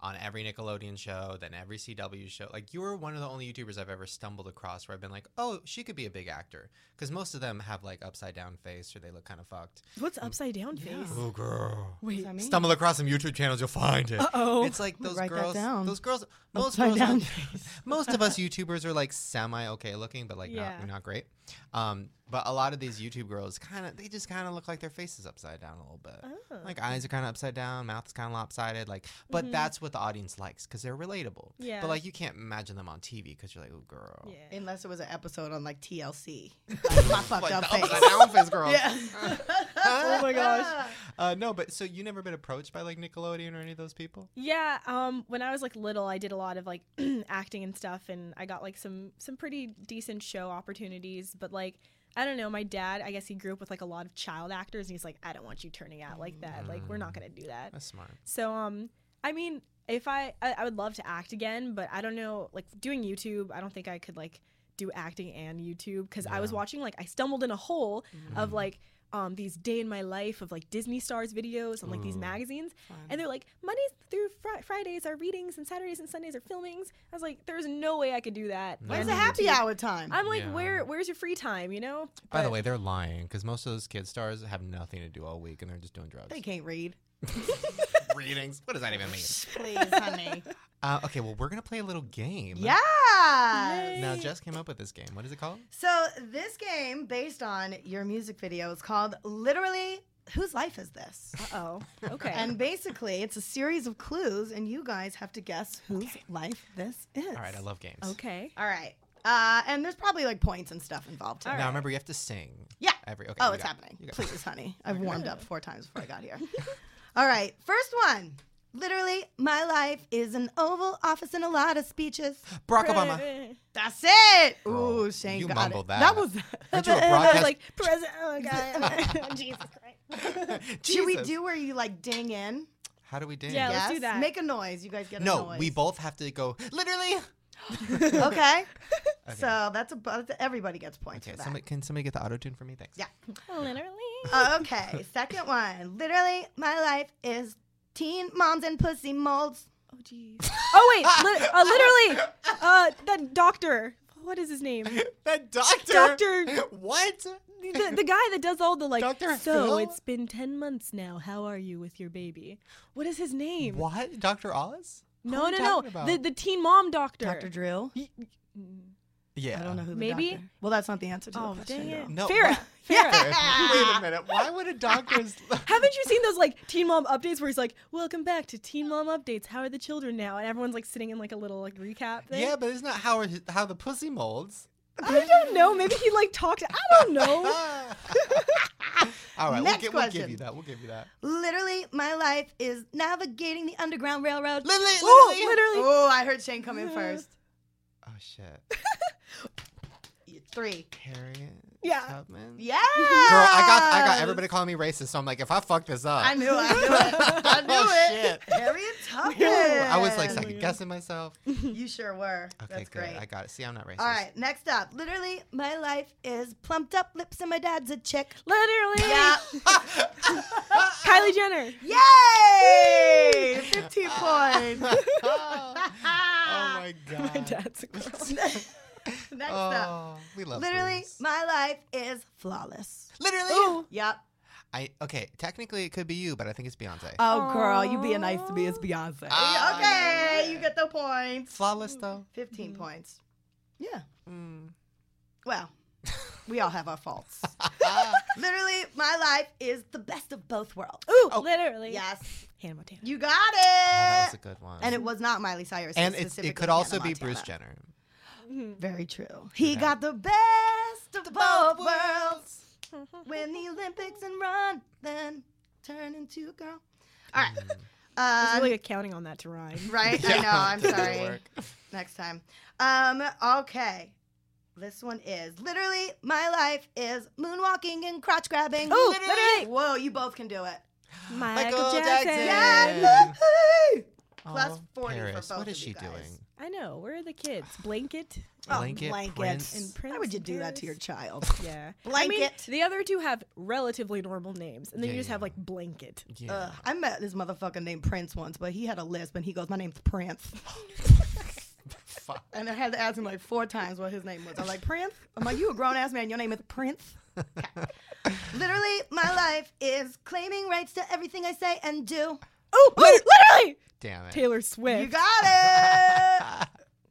on every Nickelodeon show, then every CW show." Like you were one of the only YouTubers I've ever stumbled across where I've been like, "Oh, she could be a big actor," because most of them have like upside down face or they look kind of fucked.
Mm-hmm.
What's upside down face?
Oh, girl.
Wait,
Stumble across some YouTube channels, you'll find it.
oh,
It's like those
write that
girls.
down.
Those girls. Most
Upside
girls on- [laughs]
[laughs] down face.
[laughs]
most of us YouTubers are like semi okay looking, but like
Yeah.
not not great. Um, But a lot of these YouTube girls kind of they just kind of look like their face is upside down a little bit.
Oh.
Like eyes are kind of upside down, mouth is kind of lopsided. Like, but
Mhm.
that's what the audience likes because they're relatable.
Yeah.
But like you can't imagine them on TV because you're like, oh girl.
yeah.
Unless it was an episode on like TLC. Like, my fucked
Like
up
the
face.
upside down face
[laughs]
girl. [laughs]
[laughs] Yeah.
Oh my
[laughs] gosh.
Uh, no, but so you never been approached by like Nickelodeon or any of those people?
Yeah, um, when I was like little, I did a lot of like [clears throat] acting and stuff, and I got like some some pretty decent show opportunities. But like, I don't know, my dad, I guess he grew up with like a lot of child actors, and he's like, I don't want you turning out like that. Like, we're not gonna do that.
That's smart.
So, um, I mean, if I, I I would love to act again, but I don't know, like doing YouTube, I don't think I could like do acting and YouTube because I was
Yeah. Mm.
watching like I stumbled in a hole of like um these day in my life of like Disney stars videos and like these
Ooh.
magazines. And they're like, Mondays through fri- Fridays are readings, and Saturdays and Sundays are filmings. I was like, there's no way I could do that.
No.
Where's
And
the happy
YouTube-
hour time?
I'm like,
Yeah.
where where's your free time? You know.
By the
But-
way, they're lying because most of those kid stars have nothing to do all week and they're just doing drugs.
They can't read.
[laughs] Readings. What does that even mean?
Please,
[laughs]
honey.
Uh, okay, well we're gonna play a little game.
yeah.
Now Jess came up with this game. What is it called?
So this game, based on your music video, is called literally "Whose Life Is This?"
oh,
[laughs]
okay.
And basically, it's a series of clues, and you guys have to guess whose life this is.
All right, I love games.
okay.
All right. Uh, and there's probably like points and stuff involved. Too.
All
Now
right.
remember you have to sing.
Yeah.
Every okay.
Oh,
you
it's
got it.
happening.
You got it. [laughs]
Please, honey. I've warmed up four times before I got here. All right. First one. Literally, my life is an Oval Office and a lot of speeches.
Barack Obama.
[laughs]
That's it.
Girl,
Ooh, Shane
Oh, you
got
mumbled
it.
that.
That was.
Aren't you a
[laughs] I was
broadcast?
like, president.
[laughs]
Oh
[laughs]
god. Jesus Christ.
Should we
Jesus.
do where you like ding in?
How do we do?
Yeah, let's
yes.
do that.
Make a noise. You guys get a
No,
noise.
we both have to go. Literally.
[laughs] okay.
Okay.
So that's about everybody gets points
Okay.
for that.
Somebody, can somebody get the auto tune for me? Thanks. [laughs]
Yeah.
Literally.
Uh, okay. Second one. Literally, my life is teen moms and pussy molds.
Oh jeez. Oh wait. Li- uh, literally. Uh, that doctor. What is his name?
That
[laughs]
doctor.
Doctor-
What?
The, the guy that does all the like.
Dr.
So
Phil?"
it's been ten months now. How are you with your baby? What is his name?
What? Dr. Oz?
No,
Who
no,
are you
no.
talking about?
The the teen mom doctor.
Dr. Drill.
Yeah.
I don't know who the
Maybe?
doctor- Well, that's not the answer to
Oh
the question.
dang it.
No, [laughs]
Farrah.
what? [laughs]
Farrah.
Wait a minute. Why would
[laughs]
a doctor's
Haven't you seen those like teen mom updates where he's like, "Welcome back to Teen Mom Updates. How are the children now?" And everyone's like sitting in like a little like recap thing.
Yeah, but it's not how how the pussy molds.
I don't know. Maybe he like talked. I
[laughs]
don't know.
All right, we'll,
Next
gi- we'll give
question.
you that. We'll give you that.
Literally, my life is navigating the Underground Railroad.
Literally,
Ooh,
literally.
literally.
Oh, I heard Shane come in first.
Oh shit,
Three.
Harriet
Yeah.
Tubman.
Yeah.
Girl, I got I got everybody calling me racist, so I'm like, if I fuck this up, [laughs]
I knew it. I knew it. I knew
Oh,
it.
shit.
Harriet Tubman.
I was like
Yeah.
second guessing myself. Okay,
You sure were. That's
good.
great.
I got it. See, I'm not racist.
All right, next up. Literally, my life is plumped up lips and my dad's a chick.
Oh.
Literally.
Yeah.
Kylie Jenner.
Yay!
[laughs]
15 points.
[laughs] oh
[laughs]
my god.
[laughs] My dad's a girl.
next up.
Oh, we love
Literally,
Bruce.
my life is flawless.
literally.
Yep.
I okay. Technically, it could be you, but I think it's Beyonce.
Oh, girl, you being nice to me is Beyonce.
Ah,
okay, you get the points.
Flawless though.
15 points. Yeah.
Mm.
Well, we all have our faults. Literally, my life is the best of both worlds. Oh,
Ooh, [laughs] literally.
Yes,
Hannah Montana.
you got it.
Oh, that was a good one.
and it was not Miley Cyrus.
And it's,
was
it
specifically
could also
Hannah
be Bruce
Montana.
Jenner.
Mm-hmm.
Very true. He got the best of both worlds. Win the Olympics and run, then turn into a girl. All right.
I
Mm.
Uh,
was really counting on that to rhyme.
[laughs]
[laughs]
Right? I know.
[laughs]
I'm sorry. Next time. Um, okay. This one is literally my life is moonwalking and crotch grabbing.
Ooh, literally.
Whoa, you both can do it.
Michael,
Michael
Jackson.
Jackson.
Yeah. Plus
Oh,
40 for
Paris.
both
What is
of
she
you guys.
doing?
I know. Where are the kids? Blanket.
Oh,
Blanket,
blanket.
Prince.
And Prince
Why would you
and
do that
Paris.
to your child?
Yeah. I mean,
Blanket.
the other two have relatively normal names, and then
Yeah,
you just have
yeah.
like blanket.
[laughs] Yeah.
Ugh, I met this motherfucker named Prince once, but he had a lisp and he goes, My name's Prince. [laughs]
Fuck.
And I had to ask him like four times what his name was. I'm like, Prince? I'm like, You a grown ass man. Your name is Prince? Okay. Literally, my life is claiming rights to everything I say and do.
Oh, literally.
Damn it. [laughs]
Taylor Swift.
You got [laughs] it.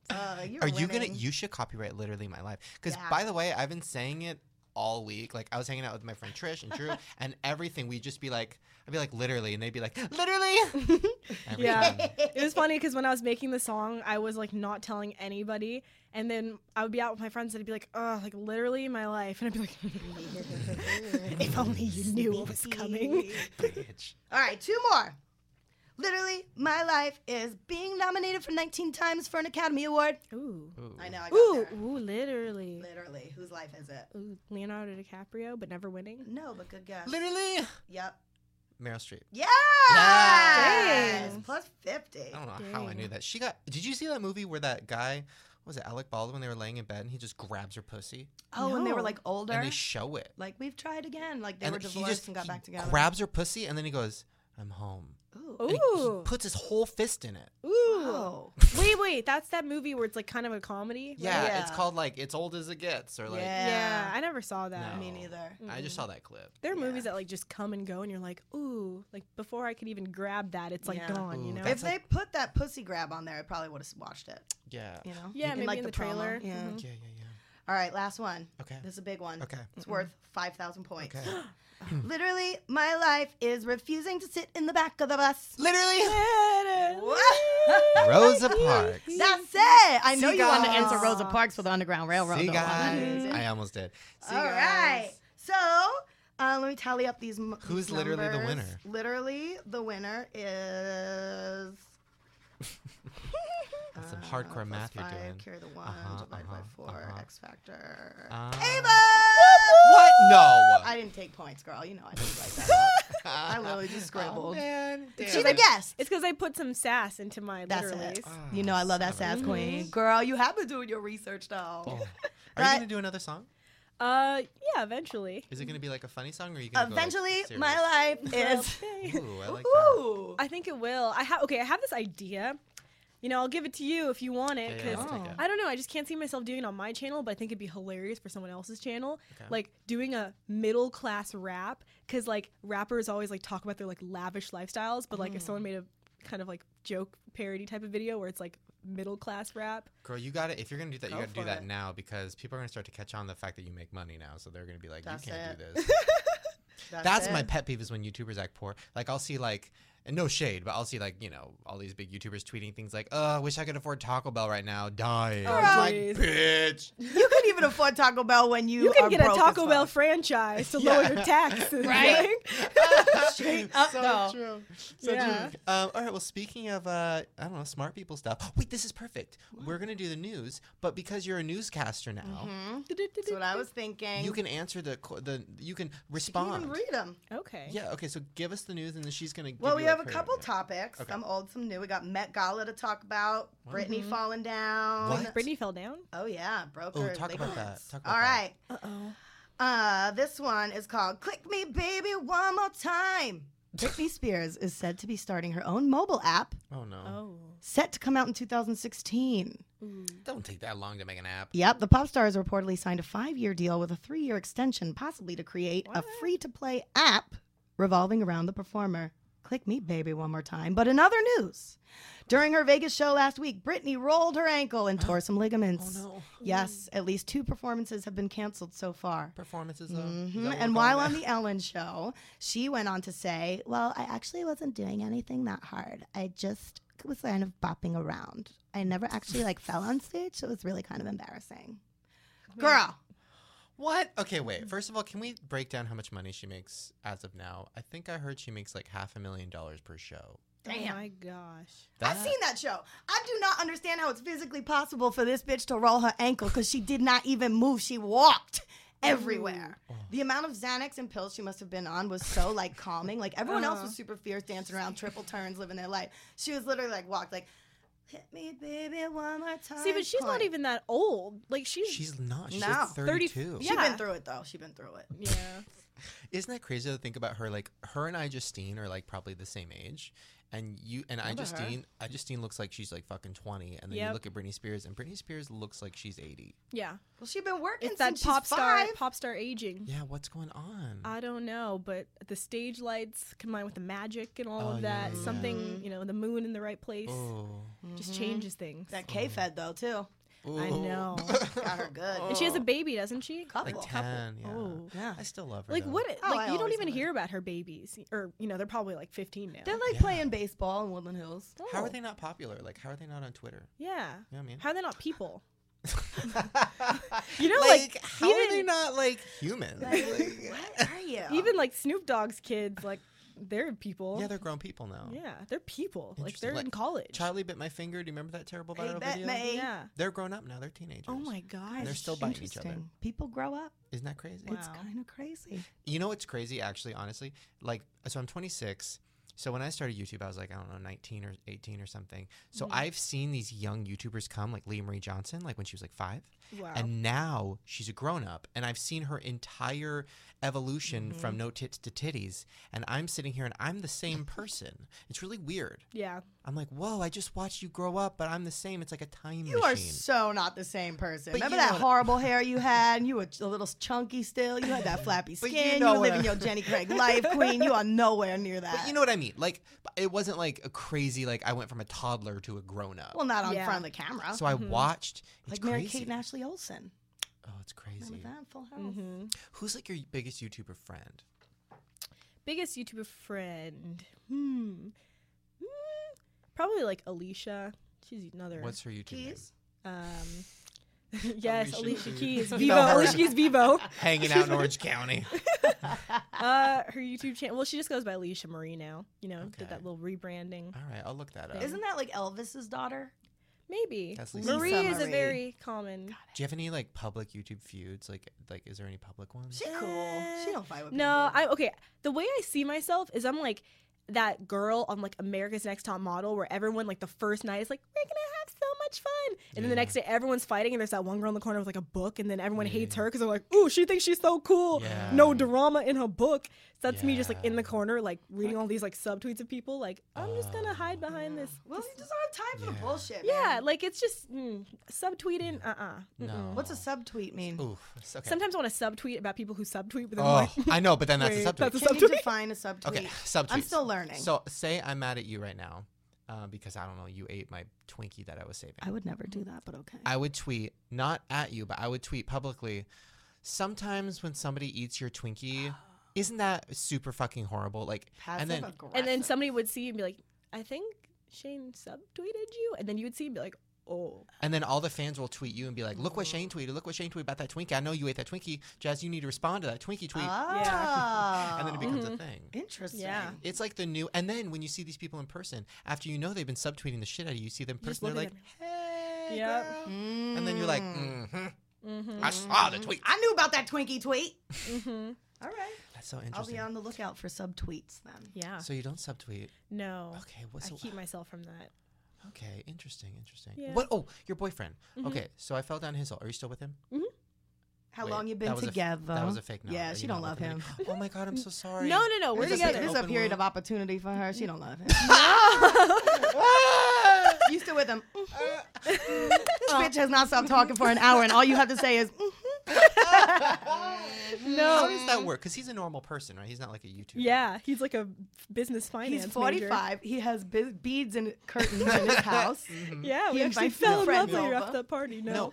Uh, you're
Are you gonna?
winning.
You should copyright literally my life. Because
Yeah.
by the way, I've been saying it all week. Like I was hanging out with my friend Trish and Drew,
[laughs]
and everything we'd just be like, I'd be like literally, and they'd be like [gasps]
[laughs]
literally. Every
Yeah.
time.
It was funny because when I was making the song, I was like not telling anybody, and then I would be out with my friends and I'd be like, "Oh, like literally my life," and I'd be like, [laughs] "If only you knew what was coming."
Bitch.
All right, two more. Literally, my life is being nominated for 19 times for an Academy Award.
Ooh,
Ooh.
I know. I got
ooh,
there.
ooh, literally.
Literally, whose life is it?
Ooh, Leonardo DiCaprio, but never winning.
No, but good guess.
Literally.
Yep.
Meryl Streep.
Yeah.
Yes.
Dang.
Plus 50.
I don't know how I knew
Dang.
that. She got. Did you see that movie where that guy what was it Alec Baldwin? They were laying in bed and he just grabs her pussy
Oh, and they were
No.
like older.
and they show it.
like we've tried again. Like they
and
were divorced and got
he
back together.
Grabs her pussy and then he goes, "I'm home."
Ooh.
And he- he
Ooh.
puts his whole fist in it.
Ooh.
Wow.
Wait, wait, that's that movie where it's like kind of a comedy. right?
Yeah, it's
Yeah.
called like "It's Old as It Gets" or like.
Yeah,
Yeah.
I never saw that.
No.
Me neither.
I just saw that clip.
There are
Yeah.
movies that like just come and go, and you're like, "Ooh!" Like before I could even grab that, it's like
Yeah.
gone.
Ooh,
you know?
that's-
If they put that pussy grab on there, I probably would have watched it.
Yeah.
You know?
Yeah,
In,
maybe
like,
in the
promo.
trailer.
Yeah.
Mhm.
Yeah, yeah, yeah.
All right, last one.
Okay.
This is a big one.
Okay.
It's worth 5,000 points. [gasps]
Okay. Mm.
Literally, my life is refusing to sit in the back of the bus.
Literally.
What?
Rosa Parks.
That's it. I know you wanted to
Seagulls.
answer Rosa Parks for the Underground [laughs] Railroad.
See
though. That
guys,
is it.
I almost did. See
All
guys.
right. So uh, let me tally up these. m-
Who's
these
literally the
numbers.
winner?
Literally, the winner is.
That's some
uh,
hardcore
plus
math you're
five,
doing.
Carry the one,
Uh-huh,
divide
uh-huh,
by 4
uh-huh.
X factor.
Uh,
Ava!
What? No.
[laughs] I didn't take points, girl. You know I didn't write
[laughs]
that. up. I literally just
Oh,
scribbled.
man.
She's
Damn
a
it.
guest.
It's because I put some sass into my
That's
literally.
Ah,
it. You know I love that
Son
sass
of a
queen, girl. You have been doing your research though.
Oh. Are you
But-
gonna do another song?
Uh, yeah, eventually.
Is it gonna be like a funny song, or are you gonna
Eventually,
Go, like,
my
[laughs]
life is. [laughs]
Okay.
serious? Ooh, I like that.
Ooh.
I think it will. I have okay. I have this idea. You know, I'll give it to you if you want it.
Yeah, yeah,
Cause
let's take it.
I don't know. I just can't see myself doing it on my channel, but I think it'd be hilarious for someone else's channel.
Okay.
Like doing a middle class rap, because like rappers always like talk about their like lavish lifestyles, but like
Mm.
if someone made a kind of like joke parody type of video where it's like middle class rap,
Girl, you got to If you're gonna do that, you
Go
gotta do
for
that
it.
now because people are gonna start to catch on the fact that you make money now. So they're gonna be like,
That's
you can't do
it. [laughs]
this. That's my
it.
pet peeve is when YouTubers act poor. Like I'll see like. And no shade, but I'll see like you know all these big YouTubers tweeting things like, "Oh, I wish I could afford Taco Bell right now." Dying,
Oh,
It's like,
jeez.
bitch.
[laughs] You can even afford Taco Bell when you
you can
are
get a
broke
Taco
as
Bell [laughs]
fuck.
franchise
[laughs]
to
Yeah.
lower your taxes,
Right?
[laughs]
like.
Straight
up,
so
though.
True. So
Yeah.
true. Um, all right. Well, speaking of, uh, I don't know, smart people stuff. Wait, this is perfect. We're gonna do the news, but because you're a newscaster now,
Mhm. That's what I was thinking.
you can answer the qu- the you can
Mm-hmm. You can
respond.
even read them.
[laughs] Okay.
yeah. Okay. So give us the news, and then she's gonna. Give
Well,
you,
we have a
like, her-
couple
yeah.
topics.
Okay.
Some old, some new. We got Met Gala to talk about. Brittany falling down.
What?
Brittany fell down.
Oh yeah, broke
Oh,
her
talk about
ligaments.
that. Talk about
All
that.
right.
Uh oh.
Uh, this one is called Click Me Baby One More Time. Britney Spears is said to be starting her own mobile app
Oh no!
Oh.
set to come out in 2016.
Don't take that long to make an app.
Yep, the pop star has reportedly signed a five year deal with a three year extension, possibly to create a
What?
free to play app revolving around the performer. Click me, baby, one more time. But in other news, during her Vegas show last week, Britney rolled her ankle and tore some ligaments.
[gasps] Oh no!
Yes, at least two performances have been canceled so far.
Performances. Though. Is that
hmm
what we're
And while
calling [laughs]
on
that?
the Ellen show, she went on to say, Well, I actually wasn't doing anything that hard. I just was kind of bopping around. I never actually like fell on stage. So it was really kind of embarrassing.
Oh
Girl,
What? Okay, wait. First of all, can we break down how much money she makes as of now? I think I heard she makes like half a million dollars per show.
Oh my gosh.
I've seen that show. I do not understand how it's physically possible for this bitch to roll her ankle because she did not even move. She walked everywhere.
Oh.
The amount of Xanax and pills she must have been on was so like calming. Like everyone else
Uh-huh.
was super fierce, dancing around, triple turns, living their life. She was literally like walked like, hit me, baby, one more time.
See, but she's not
point."
even that old. Like she's.
She's not. She's
No.
like
30
32.
She's
Yeah.
been through it though. She's been through it.
yeah.
[laughs] Isn't that crazy to think about her? Like her and I Justine are like probably the same age, and you and I
Remember her.
Justine, I Justine looks like she's like fucking twenty, and then you
Yep.
look at Britney Spears, and Britney Spears looks like she's eighty.
Yeah.
Well, she's been working
It's that
since
pop
she's
star.
five.
Pop star aging.
Yeah, what's going on?
I don't know, but the stage lights combined with the magic and all
Oh,
of
yeah,
that,
yeah, yeah.
something you know, the moon in the right place,
oh,
Mm-hmm.
just changes things.
That K fed though too.
I
[laughs]
know.
Got her good.
and she has a baby, doesn't she?
couple.
Oh. Like 10, yeah.
Oh.
Yeah.
I still love her.
Like
though.
what?
Oh, I
like you don't
always
even
would.
hear about her babies, or you know, they're probably like 15 now.
They're like
Yeah.
playing baseball in Woodland Hills.
How
Oh.
are they not popular? Like, how are they not on Twitter?
Yeah.
You know what I mean?
How are they not people?
you
know,
like,
like,
how are they
even-
not like [laughs] humans? Like,
[laughs] What are you?
Even like Snoop Dogg's kids, like they're people.
yeah, they're grown people now.
Yeah, they're people. Like
Interesting.
they're
Like,
in college.
Charlie bit my finger. Do you remember that terrible
Hey,
viral
bet
video?
me.
Yeah.
They're grown up now. They're teenagers.
Oh my god.
And they're still biting each other.
Interesting. People grow up.
Isn't that crazy?
Wow.
It's kind of crazy.
You know what's crazy, actually, honestly? Like, so I'm 26. So when I started YouTube, I was like, I don't know, 19 or 18 or something. So
Mm-hmm.
I've seen these young YouTubers come, like Leah Marie Johnson, like when she was like five.
Wow.
Oh.
And now she's a grown up. And I've seen her entire evolution
Mm-hmm.
from no tits to titties. And I'm sitting here and I'm the same person. It's really weird.
yeah.
I'm like, whoa, I just watched you grow up, but I'm the same. It's like a time
You
machine.
are so not the same person.
But
Remember
you know
that
what-
horrible hair [laughs] you had? And you were a little chunky still. You had [laughs] that flappy
But
skin.
you
You,
know
were
what
living
I-
your Jenny Craig life, queen. You are nowhere near that.
But you know what I mean? Like, it wasn't like a crazy, like, I went from a toddler to a grown up.
well, not on
Yeah.
front of the camera.
So I watched. It's
like Mary
crazy.
Kate and Ashley Olsen.
oh, it's crazy.
Remember that? Full House.
hmm
Who's like your biggest YouTuber friend?
Biggest YouTuber friend. Hmm. Hmm. Probably like Alicia. She's another.
What's her YouTube
Keys?
um. [laughs] yes,
Alicia [laughs]
Alicia,
Keys.
Keys.
You
Vivo.
know her.
Alicia Keys Vivo.
name?
[laughs]
Hanging out in Orange County.
Uh, her YouTube channel. Well, she just goes by Alicia Marie now. You know,
Okay.
did that little rebranding.
All right, I'll look that up.
Isn't that like Elvis's daughter?
Maybe.
That's Lisa
Marie is a
Marie.
very common.
Do you have any like public YouTube feuds? Like, like is there any public ones?
She cool. She don't fight with
No,
people.
I okay. The way I see myself is I'm like that girl on like America's Next Top Model, where everyone like the first night is like we're gonna have so much fun, and then the
Yeah.
next day everyone's fighting, and there's that one girl in the corner with like a book, and then everyone
Yeah,
hates
yeah.
her because they're like, ooh, she thinks she's so cool.
Yeah.
No drama in her book. So that's me just like in
Yeah.
the corner, like reading all these like subtweets of people. Like I'm just gonna hide behind this.
Well, you just don't have time for
Oh, Yeah.
the bullshit.
Yeah,
man.
like it's just mm, subtweeting. Uh uh
No.
What's a subtweet mean?
Oof. it's Okay.
Sometimes I want to subtweet about people who subtweet, but then I'm
Oh,
like,
I know, but then that's
Wait,
a subject.
that's a
Can you
Subtweet?
define a subtweet?
Okay, subtweets.
I'm still learning.
So say I'm mad at you right now, uh, because I don't know, you ate my Twinkie that I was saving.
I would never do that, but okay.
I would tweet not at you, but I would tweet publicly. Sometimes when somebody eats your
[gasps]
Twinkie, isn't that super fucking horrible? Like, and then
aggressive.
and then somebody would see you and be like, I think Shane subtweeted you, and then you would see and be like, oh,
and then all the fans will tweet you and be like, "Look what Shane tweeted! Look what Shane tweeted about that Twinkie! I know you ate that Twinkie, Jazz. You need to respond to that Twinkie tweet."
Ah.
and then it becomes a thing.
interesting.
Mm-hmm. Yeah.
It's like the new. And then when you see these people in person, after you know they've been subtweeting the shit out of you, you see them in
You just
person, they're
look
like,
at
"Hey,
Yep.
girl." and then you're like, mm-hmm, "I saw the tweet."
Mm. I knew about that Twinkie tweet.
mm-hmm.
All right.
That's so
I'll be
interesting.
on the lookout for subtweets then.
yeah,
So you don't subtweet.
no,
Okay, what's
I
the-
keep myself from that.
Okay, interesting, interesting.
Yeah.
What? Oh, your boyfriend. Okay, so I fell down his hole. Are you still with him?
Mm-hmm. How
Wait,
long you
that
been
was a f-
together?
that was a fake. No,
Yeah,
you're
she
not
don't love
with
him. [laughs]
any- Oh my god, I'm so sorry.
No, no, no, we're
This is-
together.
This
[laughs]
is a [laughs]
Open
period of
wound.
opportunity for her. She don't
[laughs]
love him. [laughs]
Ah!
you still with him? Mhm.
uh,
this bitch has not stopped talking for an hour, and all you have to
[laughs]
say is, mhm.
How does that work? Because he's a normal person, right? He's not like a YouTuber.
Yeah, he's like a business finance.
"He's
major.
45. He has be- beads and curtains
[laughs]
in his house."
Mm-hmm.
Yeah, we
He
actually
invites
fell
his
in
friend
love later
over.
after that party. No, [laughs]
No,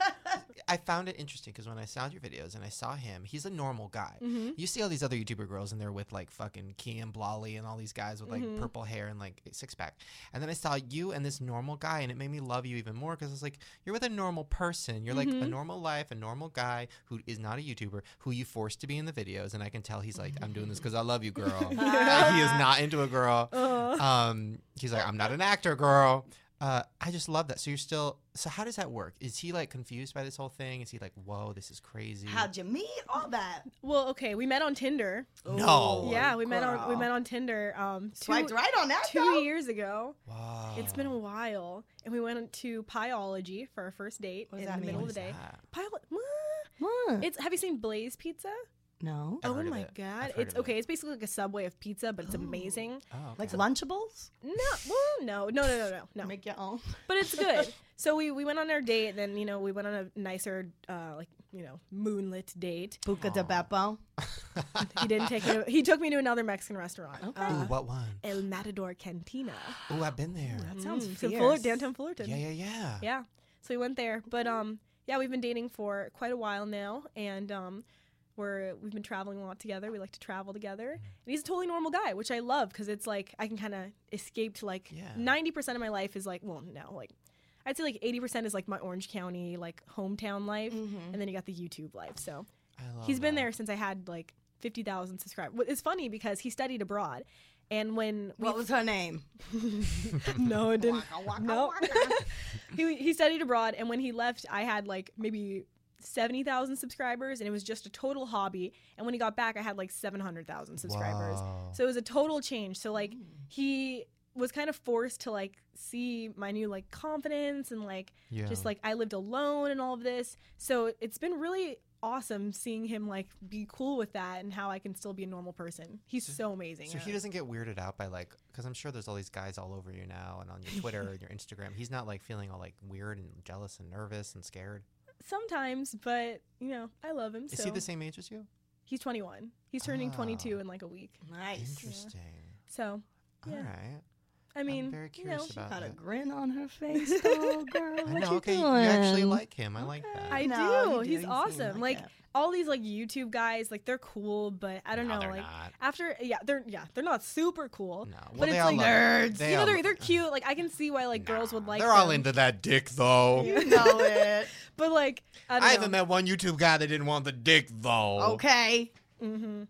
I found it interesting because when I saw your videos and I saw him, he's a normal guy. You see all these other YouTuber girls and they're with like fucking Kim Blolly and all these guys with like purple hair and like six pack. And then I saw you and this normal guy and it made me love you even more because it's like you're with a normal person. You're like a normal life, a normal guy who is not a YouTuber who you forced to be in the videos. And I can tell he's like, I'm doing this because I love you, girl. Like, he is not into a girl.
Uh,
Um, he's like, I'm not an actor, girl. Uh, I just love that. So you're still. So how does that work? Is he like confused by this whole thing? Is he like, whoa, this is crazy?
How'd you meet? All that.
well, okay, we met on Tinder.
No.
Ooh,
yeah, we met on we
girl.
met on Tinder. Um, two,
Swiped right on that.
two
though.
years ago.
wow.
It's been a while, and we went to Pyology for our first date
What does
in
that
the middle
mean?
of the
What
day.
is that?
Pilot.
What?
It's have you seen Blaze Pizza?
no.
I've
oh
heard of
my
it.
god,
I've heard
it's
of it.
okay. It's basically like a subway of pizza, but it's amazing.
Oh, okay. [laughs]
Like Lunchables?
No, well, no, no, no, no, no, no.
Make your
[laughs]
own.
But it's good. So we we went on our date, and then you know we went on a nicer, uh, like you know, moonlit date.
Buca de Beppo.
He didn't take me. He took me to another Mexican restaurant.
Ooh,
Uh,
what one?
El Matador Cantina. Mm,
Ooh, I've been there.
That sounds
So
fierce.
Fuller, downtown Fullerton.
Yeah, yeah, yeah.
Yeah. So we went there. But
Mm-hmm.
um, yeah, we've been dating for quite a while now, and um, we're we've been traveling a lot together. We like to travel
Mm-hmm.
together, and he's a totally normal guy, which I love because it's like I can kind of escape to like
Yeah.
ninety percent of my life is like well no like. I'd say like eighty percent is like my Orange County like hometown life, and then you got the YouTube life. So
I Mm-hmm. love
He's been
that.
there since I had like 50,000 subscribers. Wh- It's funny because he studied abroad. And when we
What was her name?
[laughs]
[laughs]
no, it didn't. no, [laughs] he, he studied abroad, and when he left, I had like maybe seventy thousand subscribers, and it was just a total hobby. And when he got back, I had like seven hundred thousand subscribers.
Wow.
So it was a total change. So like
Mm.
he was kind of forced to like see my new like confidence and like
yeah.
just like I lived alone and all of this. So it's been really awesome seeing him like be cool with that and how I can still be a normal person. He's so amazing. Uh,
So
at
he
it.
doesn't get weirded out by like, because I'm sure there's all these guys all over you now and on your
[laughs]
Twitter and your Instagram. He's not like feeling all like weird and jealous and nervous and scared.
sometimes, but you know, I love him.
Is
so
he the same age as you?
he's 21. He's turning
Ah.
22 in like a week.
Nice.
Interesting.
So
All
Yeah.
right.
I mean,
I'm very
you know,
curious about
Got a
that.
grin on her face,
[laughs]
though, girl.
I
What
know.
you
okay,
doing?
you actually like him. I like that.
I
No,
do.
you
He's
you seem
awesome. Like,
it.
all these like YouTube guys, like they're cool, but I don't
no,
know.
they're
Like
not.
after, yeah, they're yeah, they're not super cool.
No. Well,
but
they
it's
all
like
love it.
nerds.
They
you know
all-
they're, they're cute. Like I can see why like
[laughs]
girls
Nah,
would like.
They're all
them.
into that dick though.
you
[laughs]
know it.
But like I don't
I
know.
haven't met one YouTube guy that didn't want the dick though.
[laughs]
[laughs]
Okay.
Mm-hmm.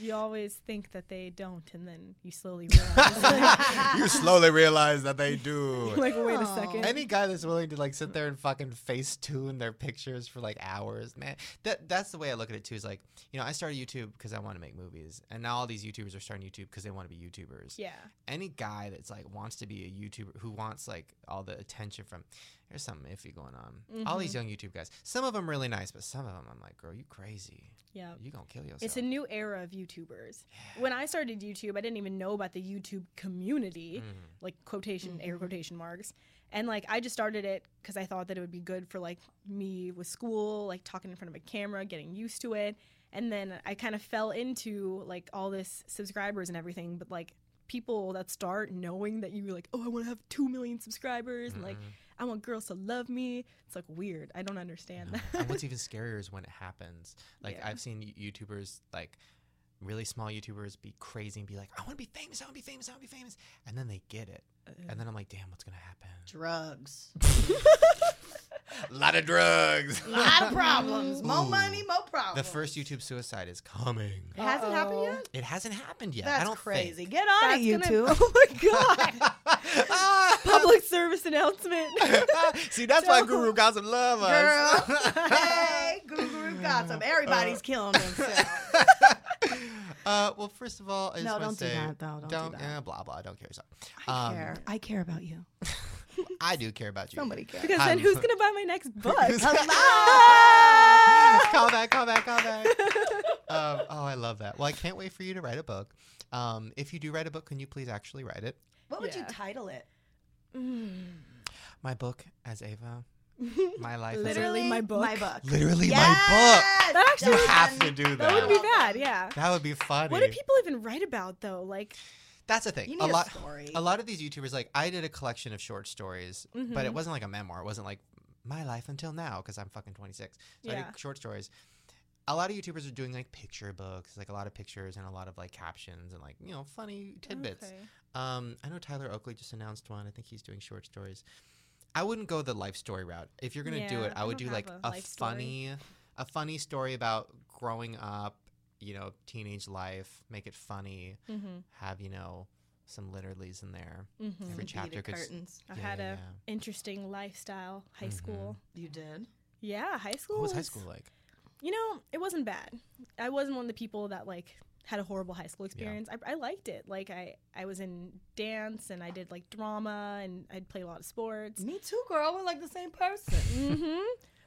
You always think that they don't, and then
[laughs]
you slowly realize.
you slowly realize that they do.
[laughs] like, wait a second.
Any guy that's willing to like sit there and fucking face tune their pictures for like hours, man. That that's the way I look at it too. Is like, you know, I started YouTube because I want to make movies, and now all these YouTubers are starting YouTube because they want to be YouTubers.
yeah.
Any guy that's like wants to be a YouTuber who wants like all the attention from, there's something iffy going on. All these young
Mm-hmm.
YouTube guys, some of them really nice, but some of them I'm like, girl, you crazy.
Yeah.
You gonna kill yourself.
Oh. It's a new era of YouTubers. When I started YouTube, I didn't even know about the YouTube community,
Mm. Mm-hmm.
like quotation air quotation marks. And like I just started it because I thought that it would be good for like me with school, like talking in front of a camera, getting used to it. And then I kind of fell into like all this subscribers and everything, but like people that start knowing that you like, oh, I want to have two million subscribers, and like I want girls to love me. It's like weird. I don't understand
Mm-hmm. No.
that.
and what's even scarier is when it happens. Like
Yeah.
I've seen y- YouTubers, like really small YouTubers, be crazy and be like, "I want to be famous. I want to be famous. I want to be famous," and then they get it,
Uh.
and then I'm like, "Damn, what's gonna happen?" [laughs]
Drugs.
A lot of drugs.
A lot of problems. More
Ooh.
money, more
[laughs]
problems.
The first YouTube suicide is coming.
It hasn't happened
Uh-oh.
yet?
It hasn't happened yet.
That's
I don't
crazy.
Think.
Get on
[laughs] That's
it, YouTube.
gonna- [laughs] oh my god. [laughs] public service announcement.
[laughs]
[laughs]
See, that's why
No.
Guru Gossip love us.
Girl. hey, Guru
[laughs]
Gossip. Everybody's killing themselves.
uh, well, first of all, I just
No,
wanna
don't do
say,
that, though. Don't do that.
eh, blah blah. I don't care. So,
I
Um,
care. I care about you.
I do care about you. [laughs]
Somebody cares.
Because
I'm-
then who's gonna buy my next book?
[laughs] call back, call back, call back. um, oh, I love that. Well, I can't wait for you to write a book. Um, if you do write a book, can you please actually write it?
what would you
Yeah.
title it?
My book as Ava. My life as Ava.
Literally my book.
My book.
Literally
Yes!
That
my book. You
actually-
have to do that.
That would be bad, yeah.
That would be funny.
What do people even write about though? Like
That's the thing.
You need
a
a
lot.
story.
A lot of these YouTubers, like I did a collection of short stories, but
Mm-hmm.
it wasn't like a memoir. It wasn't like my life until now because I'm fucking 26. So I
Yeah.
did short stories. A lot of YouTubers are doing like picture books, like a lot of pictures and a lot of like captions and like you know funny tidbits.
Okay.
Um, I know Tyler Oakley just announced one. I think he's doing short stories. I wouldn't go the life story route. If you're gonna do
Yeah,
it, I
I
would
don't
do like
have a
a,
life story.
funny, a funny story about growing up, you know, teenage life. Make it funny.
Mhm.
Have you know some literalies in there.
Mhm.
Every
Some
chapter
Mm, beaded
could. s-
curtains.
I
yeah,
had
yeah,
a
yeah.
interesting lifestyle high
Mhm.
school.
You did.
Yeah, high school.
What was high school like?
You know, it wasn't bad. I wasn't one of the people that like had a horrible high school experience. I, I liked it. Like I, I was in dance and I did like drama and I'd play a lot of sports.
Me too, girl. We're like the same person.
hmm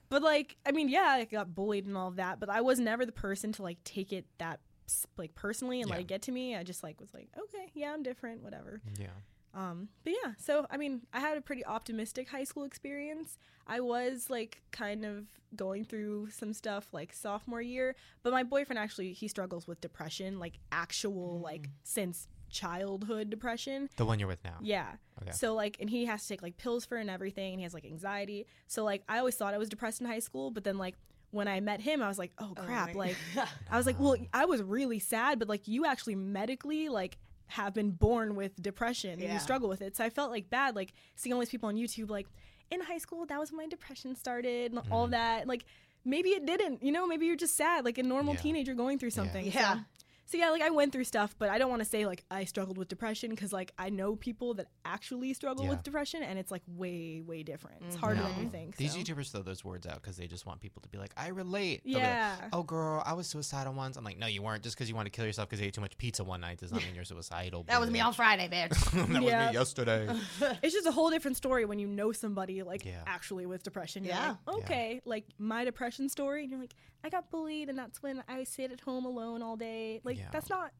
But like, I mean, yeah, I got bullied and all of that, but I was never the person to like take it that s- like personally and let
Yeah.
it get to me. I just like was like, okay, yeah, I'm different, whatever.
Yeah.
Um, but yeah, so I mean, I had a pretty optimistic high school experience. I was like kind of going through some stuff like sophomore year, but my boyfriend actually he struggles with depression like actual like since childhood depression.
The one you're with now.
Yeah.
Okay.
So like, and he has to take like pills for it and everything, and he has like anxiety. So like, I always thought I was depressed in high school, but then like when I met him, I was like, oh
Oh
crap!
my-
like,
[laughs]
I was like, well, I was really sad, but like you actually medically like have been born with depression and
Yeah.
you struggle with it. So I felt like bad, like seeing all these people on YouTube, like in high school, that was when my depression started and all
Mm.
that. Like maybe it didn't, you know, maybe you're just sad, like a normal
Yeah.
teenager going through something. so-
Yeah.
so yeah, like I went through stuff, but I don't want to say like I struggled with depression because like I know people that actually struggle
Yeah. Mm-hmm.
with depression, and it's like way way different. It's harder than you
No.
think.
These
so.
YouTubers throw those words out because they just want people to be like, I relate. They'll be like,
yeah,
oh, girl, I was suicidal once. I'm like, no, you weren't. Just because you want to kill yourself because you ate too much pizza one night does not mean you're suicidal.
That was me on
bitch."
Friday, bitch.
[laughs]
that was
Yeah.
me yesterday.
[laughs] it's just a whole different story when you know somebody like
Yeah.
actually with depression. You're
Yeah.
like,
Yeah.
okay, like my depression story, and you're like, I got bullied, and that's when I sit at home alone all day. Like
Yeah.
that's not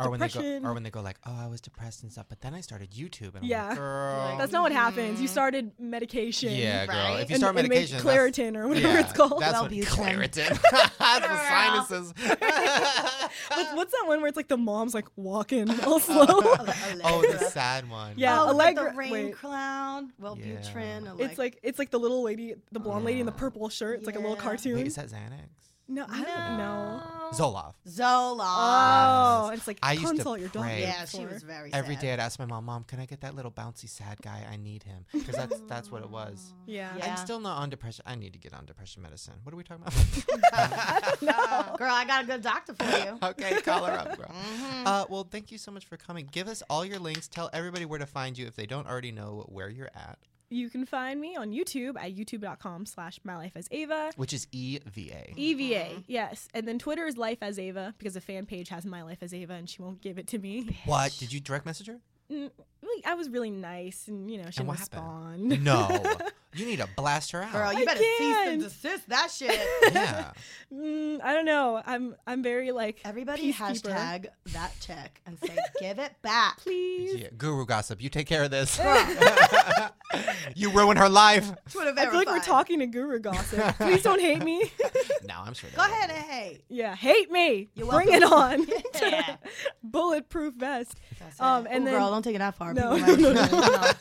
Or when, they go,
depression.
or when they go like, oh, I was depressed and stuff, but then I started YouTube. And I'm
Yeah.
like, girl.
that's not what happens.
Mm-hmm.
You started medication.
yeah, girl.
right?
If you
and-
start
and make
medication, that's-
Claritin or whatever
yeah,
it's called.
That's what,
Wellbutrin.
[laughs]
Claritin. [laughs] that's the sinuses.
What's- what's that one where it's like the mom's like
[laughs]
walking all
[laughs]
slow?
oh, the sad one.
Yeah.
oh, with the
Allegra-
rain
wait.
cloud. Well, Butrin.
Yeah.
[laughs] It's like it's like the little lady, the blonde lady in the purple shirt. It's like a little
Yeah.
cartoon.
Wait, is that Xanax?
no, I don't know.
Zoloft.
Zoloft.
Oh, it's like
I used to
consult your doctor.
pray.
Oh, yeah, she
before.
was very
Every
sad.
day I'd ask my mom, Mom, can I get that little bouncy sad guy? I need him. Because that's that's what it
[laughs]
was.
Yeah.
Yeah.
I'm still not on depression. I need to get on depression medicine. What are we
[laughs]
talking about?
Girl, I got a good doctor for you.
[laughs] okay, call her up, girl.
Mm-hmm.
Uh, well, thank you so much for coming. Give us all your links. Tell everybody where to find you if they don't already know where you're at,
You can find me on YouTube at youtube.com slash my life as Ava.
which is E
E
EVA.
Uh-huh.
EVA, yes. And then Twitter is Life as Ava because a fan page has My Life as Ava and she won't give it to
[laughs]
me.
What? Did you direct message her?
Mm, like, I was really nice and, you know, she
And
didn't
what happened?
respond.
No.
[laughs]
you need to blast her out.
Girl, you
I
better
can't.
cease and desist that shit.
yeah.
Mm, I don't know. I'm I'm very like,
Everybody
Peacekeeper.
hashtag that check and say, [laughs] give it back.
please.
yeah. Guru gossip, you take care of this. [laughs] you ruin her life.
Twitter
I feel like we're
verified.
talking to guru
[laughs]
gossip. Please don't hate me. [laughs]
No, I'm sure. they
Go
love
ahead
you.
and hate.
yeah, hate me.
You're
Bring it on.
[laughs] Yeah.
[laughs] Bulletproof vest.
That's
Um,
it.
and
Ooh,
then-
girl, don't take it that
[laughs]
far.
No.
People might-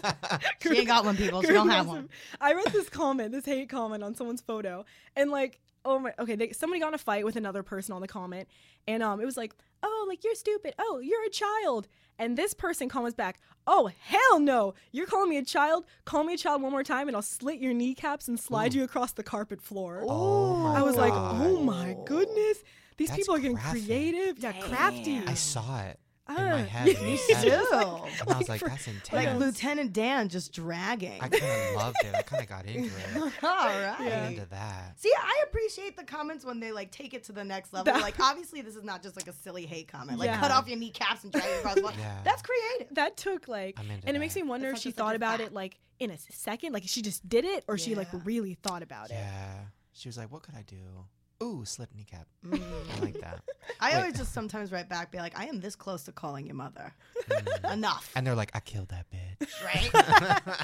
[laughs] She ain't got one, people. She don't have one.
I read this comment, this hate comment on someone's photo, and like, oh my, okay, they, somebody got in a fight with another person on the comment, and um, it was like, oh, like you're stupid. Oh, you're a child. And this person comments back, oh hell no, you're calling me a child. Call me a child one more time, and I'll slit your knecaps and slide you across the carpet floor.
Oh my
I was like,
God.
oh my goodness. These
That's
people are getting
graphic.
creative. Yeah, crafty.
I saw it in
Ah.
my head. when you
[laughs]
said it.
Ew.
And I was like,
for-
that's intense.
Like Lieutenant Dan just dragging. [laughs]
I kind of loved it. I kind of got into it.
All right.
I got into that.
See, I appreciate the comments when they like take it to the next level.
That-
like, obviously, this is not just like a silly hate comment. Like,
Yeah.
cut off your kneecaps and drag you
[laughs]
across. the wall.
Yeah.
That's creative.
that took like
I'm
and
into
it makes
that.
me wonder if
That's not
she
just like
thought
a
about
fact.
it like in a s- second like she just did it or she like
Yeah.
really thought about it
Yeah. She was like, what could I do? Ooh, slit kneecap.
Mm.
I like that.
I
Wait.
always just sometimes write back, be like, I am this close to calling your mother. [laughs] Enough.
[laughs] Hmm. And they're like, I killed that
[laughs]
bitch. [laughs]
right?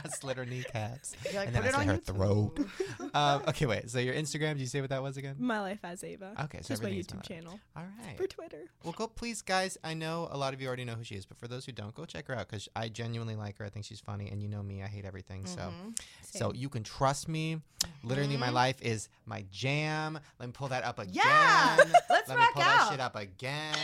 I slit her kneecaps.
You're like,
and then
put
I
it on
slit her
YouTube. [laughs]
throat. um, okay, wait. So your Instagram, did you say what that was again?
my life as ava
Okay, so
just my
everything is
youtube
my life.
channel
All right.
for twitter
Well, go please, guys. I know a lot of you already know who she is, but for those who don't, go check her out because I genuinely like her. I think she's funny, and you know me, I hate everything. So,
Mm-hmm.
so you can trust me. Literally, my life is my jam. Let me pull that up again.
Yeah, [laughs] let's
Let me
rock
pull that
out.
shit up again.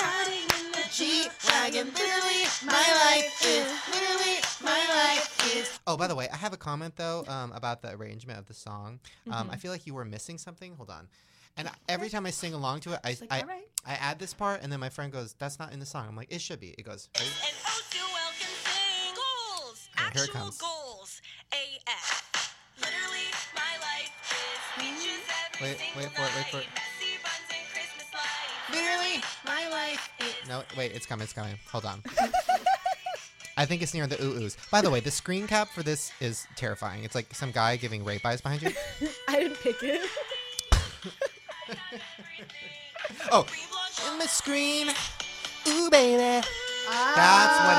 Riding in the Jeep wagon, literally, my life is, literally, my life is.
Oh, by the way, I have a comment though um, about the arrangement of the song. Um,
Mm-hmm.
I feel like you were missing something. Hold on. And I- every time I sing along to it, I,
like,
I,
all right.
I add this part, and then my friend goes, "That's not in the song." I'm like, "It should be." It goes. ready?
And oh, do welcome thing. Goals,
Okay, here it
actual
comes.
goals, AF. Literally, my life is beaches every
Wait,
single
wait for it, wait for
night.
it.
Messy buns and Christmas lights. Literally, my life is.
No, wait, it's coming, it's coming. Hold on. I think it's near the ooh oohs. By the way, the screen cap for this is terrifying. It's like some guy giving rape eyes behind you.
i didn't pick it
[laughs] Oh, in the screen. Ooh,
Oh.
baby. That's what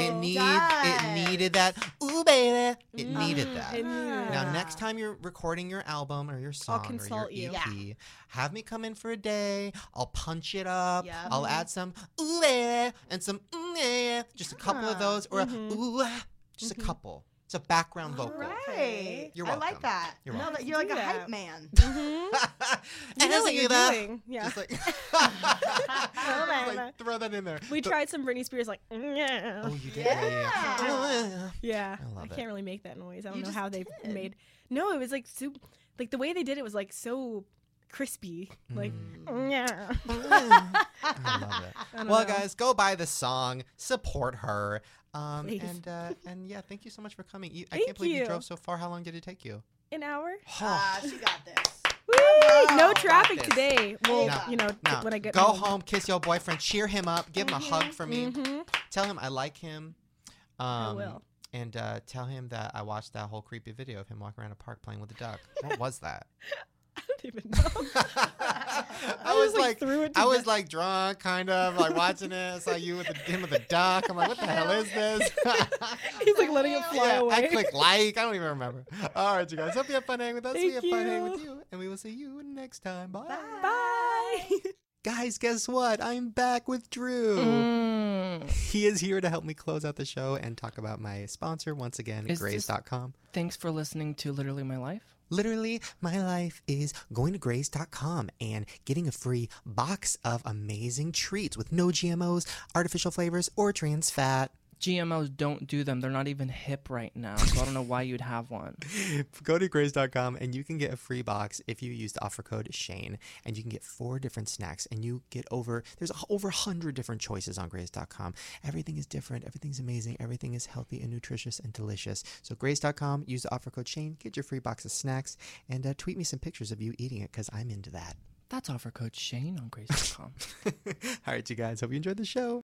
it needs. It needs.
Oh,
God.
It needed that. Ooh, baby. It
Mm.
needed that.
It needed
Now,
that.
next time you're recording your album or your song or
consult you.
your EP, have me come in for a day. I'll punch it up.
Yep.
I'll
Mm-hmm.
add some ooh eh, and some ooh eh, just a couple of
Yeah.
those, or a
Mhm.
ooh, ah, just
Mm-hmm.
a couple. It's a background vocal. [laughs]
Right.
You're
I like
welcome.
that.
You're
no,
welcome.
that you're like
Do
a hype
that.
man.
[laughs]
Mhm.
and
You know what
isn't
you're
that-
doing. Yeah.
Just
[laughs]
like, [laughs] just like
man.
throw that in there.
We
The-
tried some Britney Spears like yeah.
Oh, you did. Yeah. yeah, yeah. Ooh,
Yeah.
I love it.
can't really make that noise. I don't
You
know
just
how they
did.
made. No, it was like soup. Like the way they did it was like so crispy. Like yeah.
ah, ah. Mm. I love it.
I don't
Well,
know.
guys, go buy the song, support her, um,
Please.
and uh, and yeah, thank you so much for coming. You, I
Thank
can't believe you.
you. Oh,
drove so far. How long did it take you?
An hour.
[laughs] Ah, she got this.
Woo!
Bravo.
No traffic
Got this.
today. Well,
Nah,
you know
Now,
when I get
go home. kiss your boyfriend, cheer him up, give him a hug for me,
Mhm.
tell him I like him. Um,
I will. [laughs]
And uh, tell him that I watched that whole creepy video of him walking around a park playing with a duck. What was
[laughs]
that? [laughs]
I don't even know.
I was
just,
like,
threw it.
I was
together.
like drunk, kind of like watching it. I saw you with the, him with the duck. I'm like, what the hell is
[laughs]
this?
He's like letting it fly
Yeah,
away.
I click like. I don't even remember. All right, you guys. Hope you have fun hanging with us. we have
Thank
fun hanging with
you.
you, and we will see you next time. Bye.
Bye.
Guys, guess what? I'm back with Drew.
Mm.
He is here to help me close out the show and talk about my sponsor once again,
Is this-
Grays.com.
Thanks for listening to Literally My Life.
Literally, my life is going to Grays.com and getting a free box of amazing treats with no GMOs, artificial flavors, or trans fat.
GMOs don't do them. They're not even hip right now. So I don't know why you'd have [laughs] one.
Go to grays.com and you can get a free box if you use the offer code Shane. And you can get four different snacks and you get over, there's over 100 different choices on grays.com. Everything is different. Everything's amazing. Everything is healthy and nutritious and delicious. So, grays.com, use the offer code Shane, get your free box of snacks, and uh, tweet me some pictures of you eating it because I'm into that. [laughs]
That's offer code Shane on Grace.com.
All right, you guys, hope you enjoyed the show.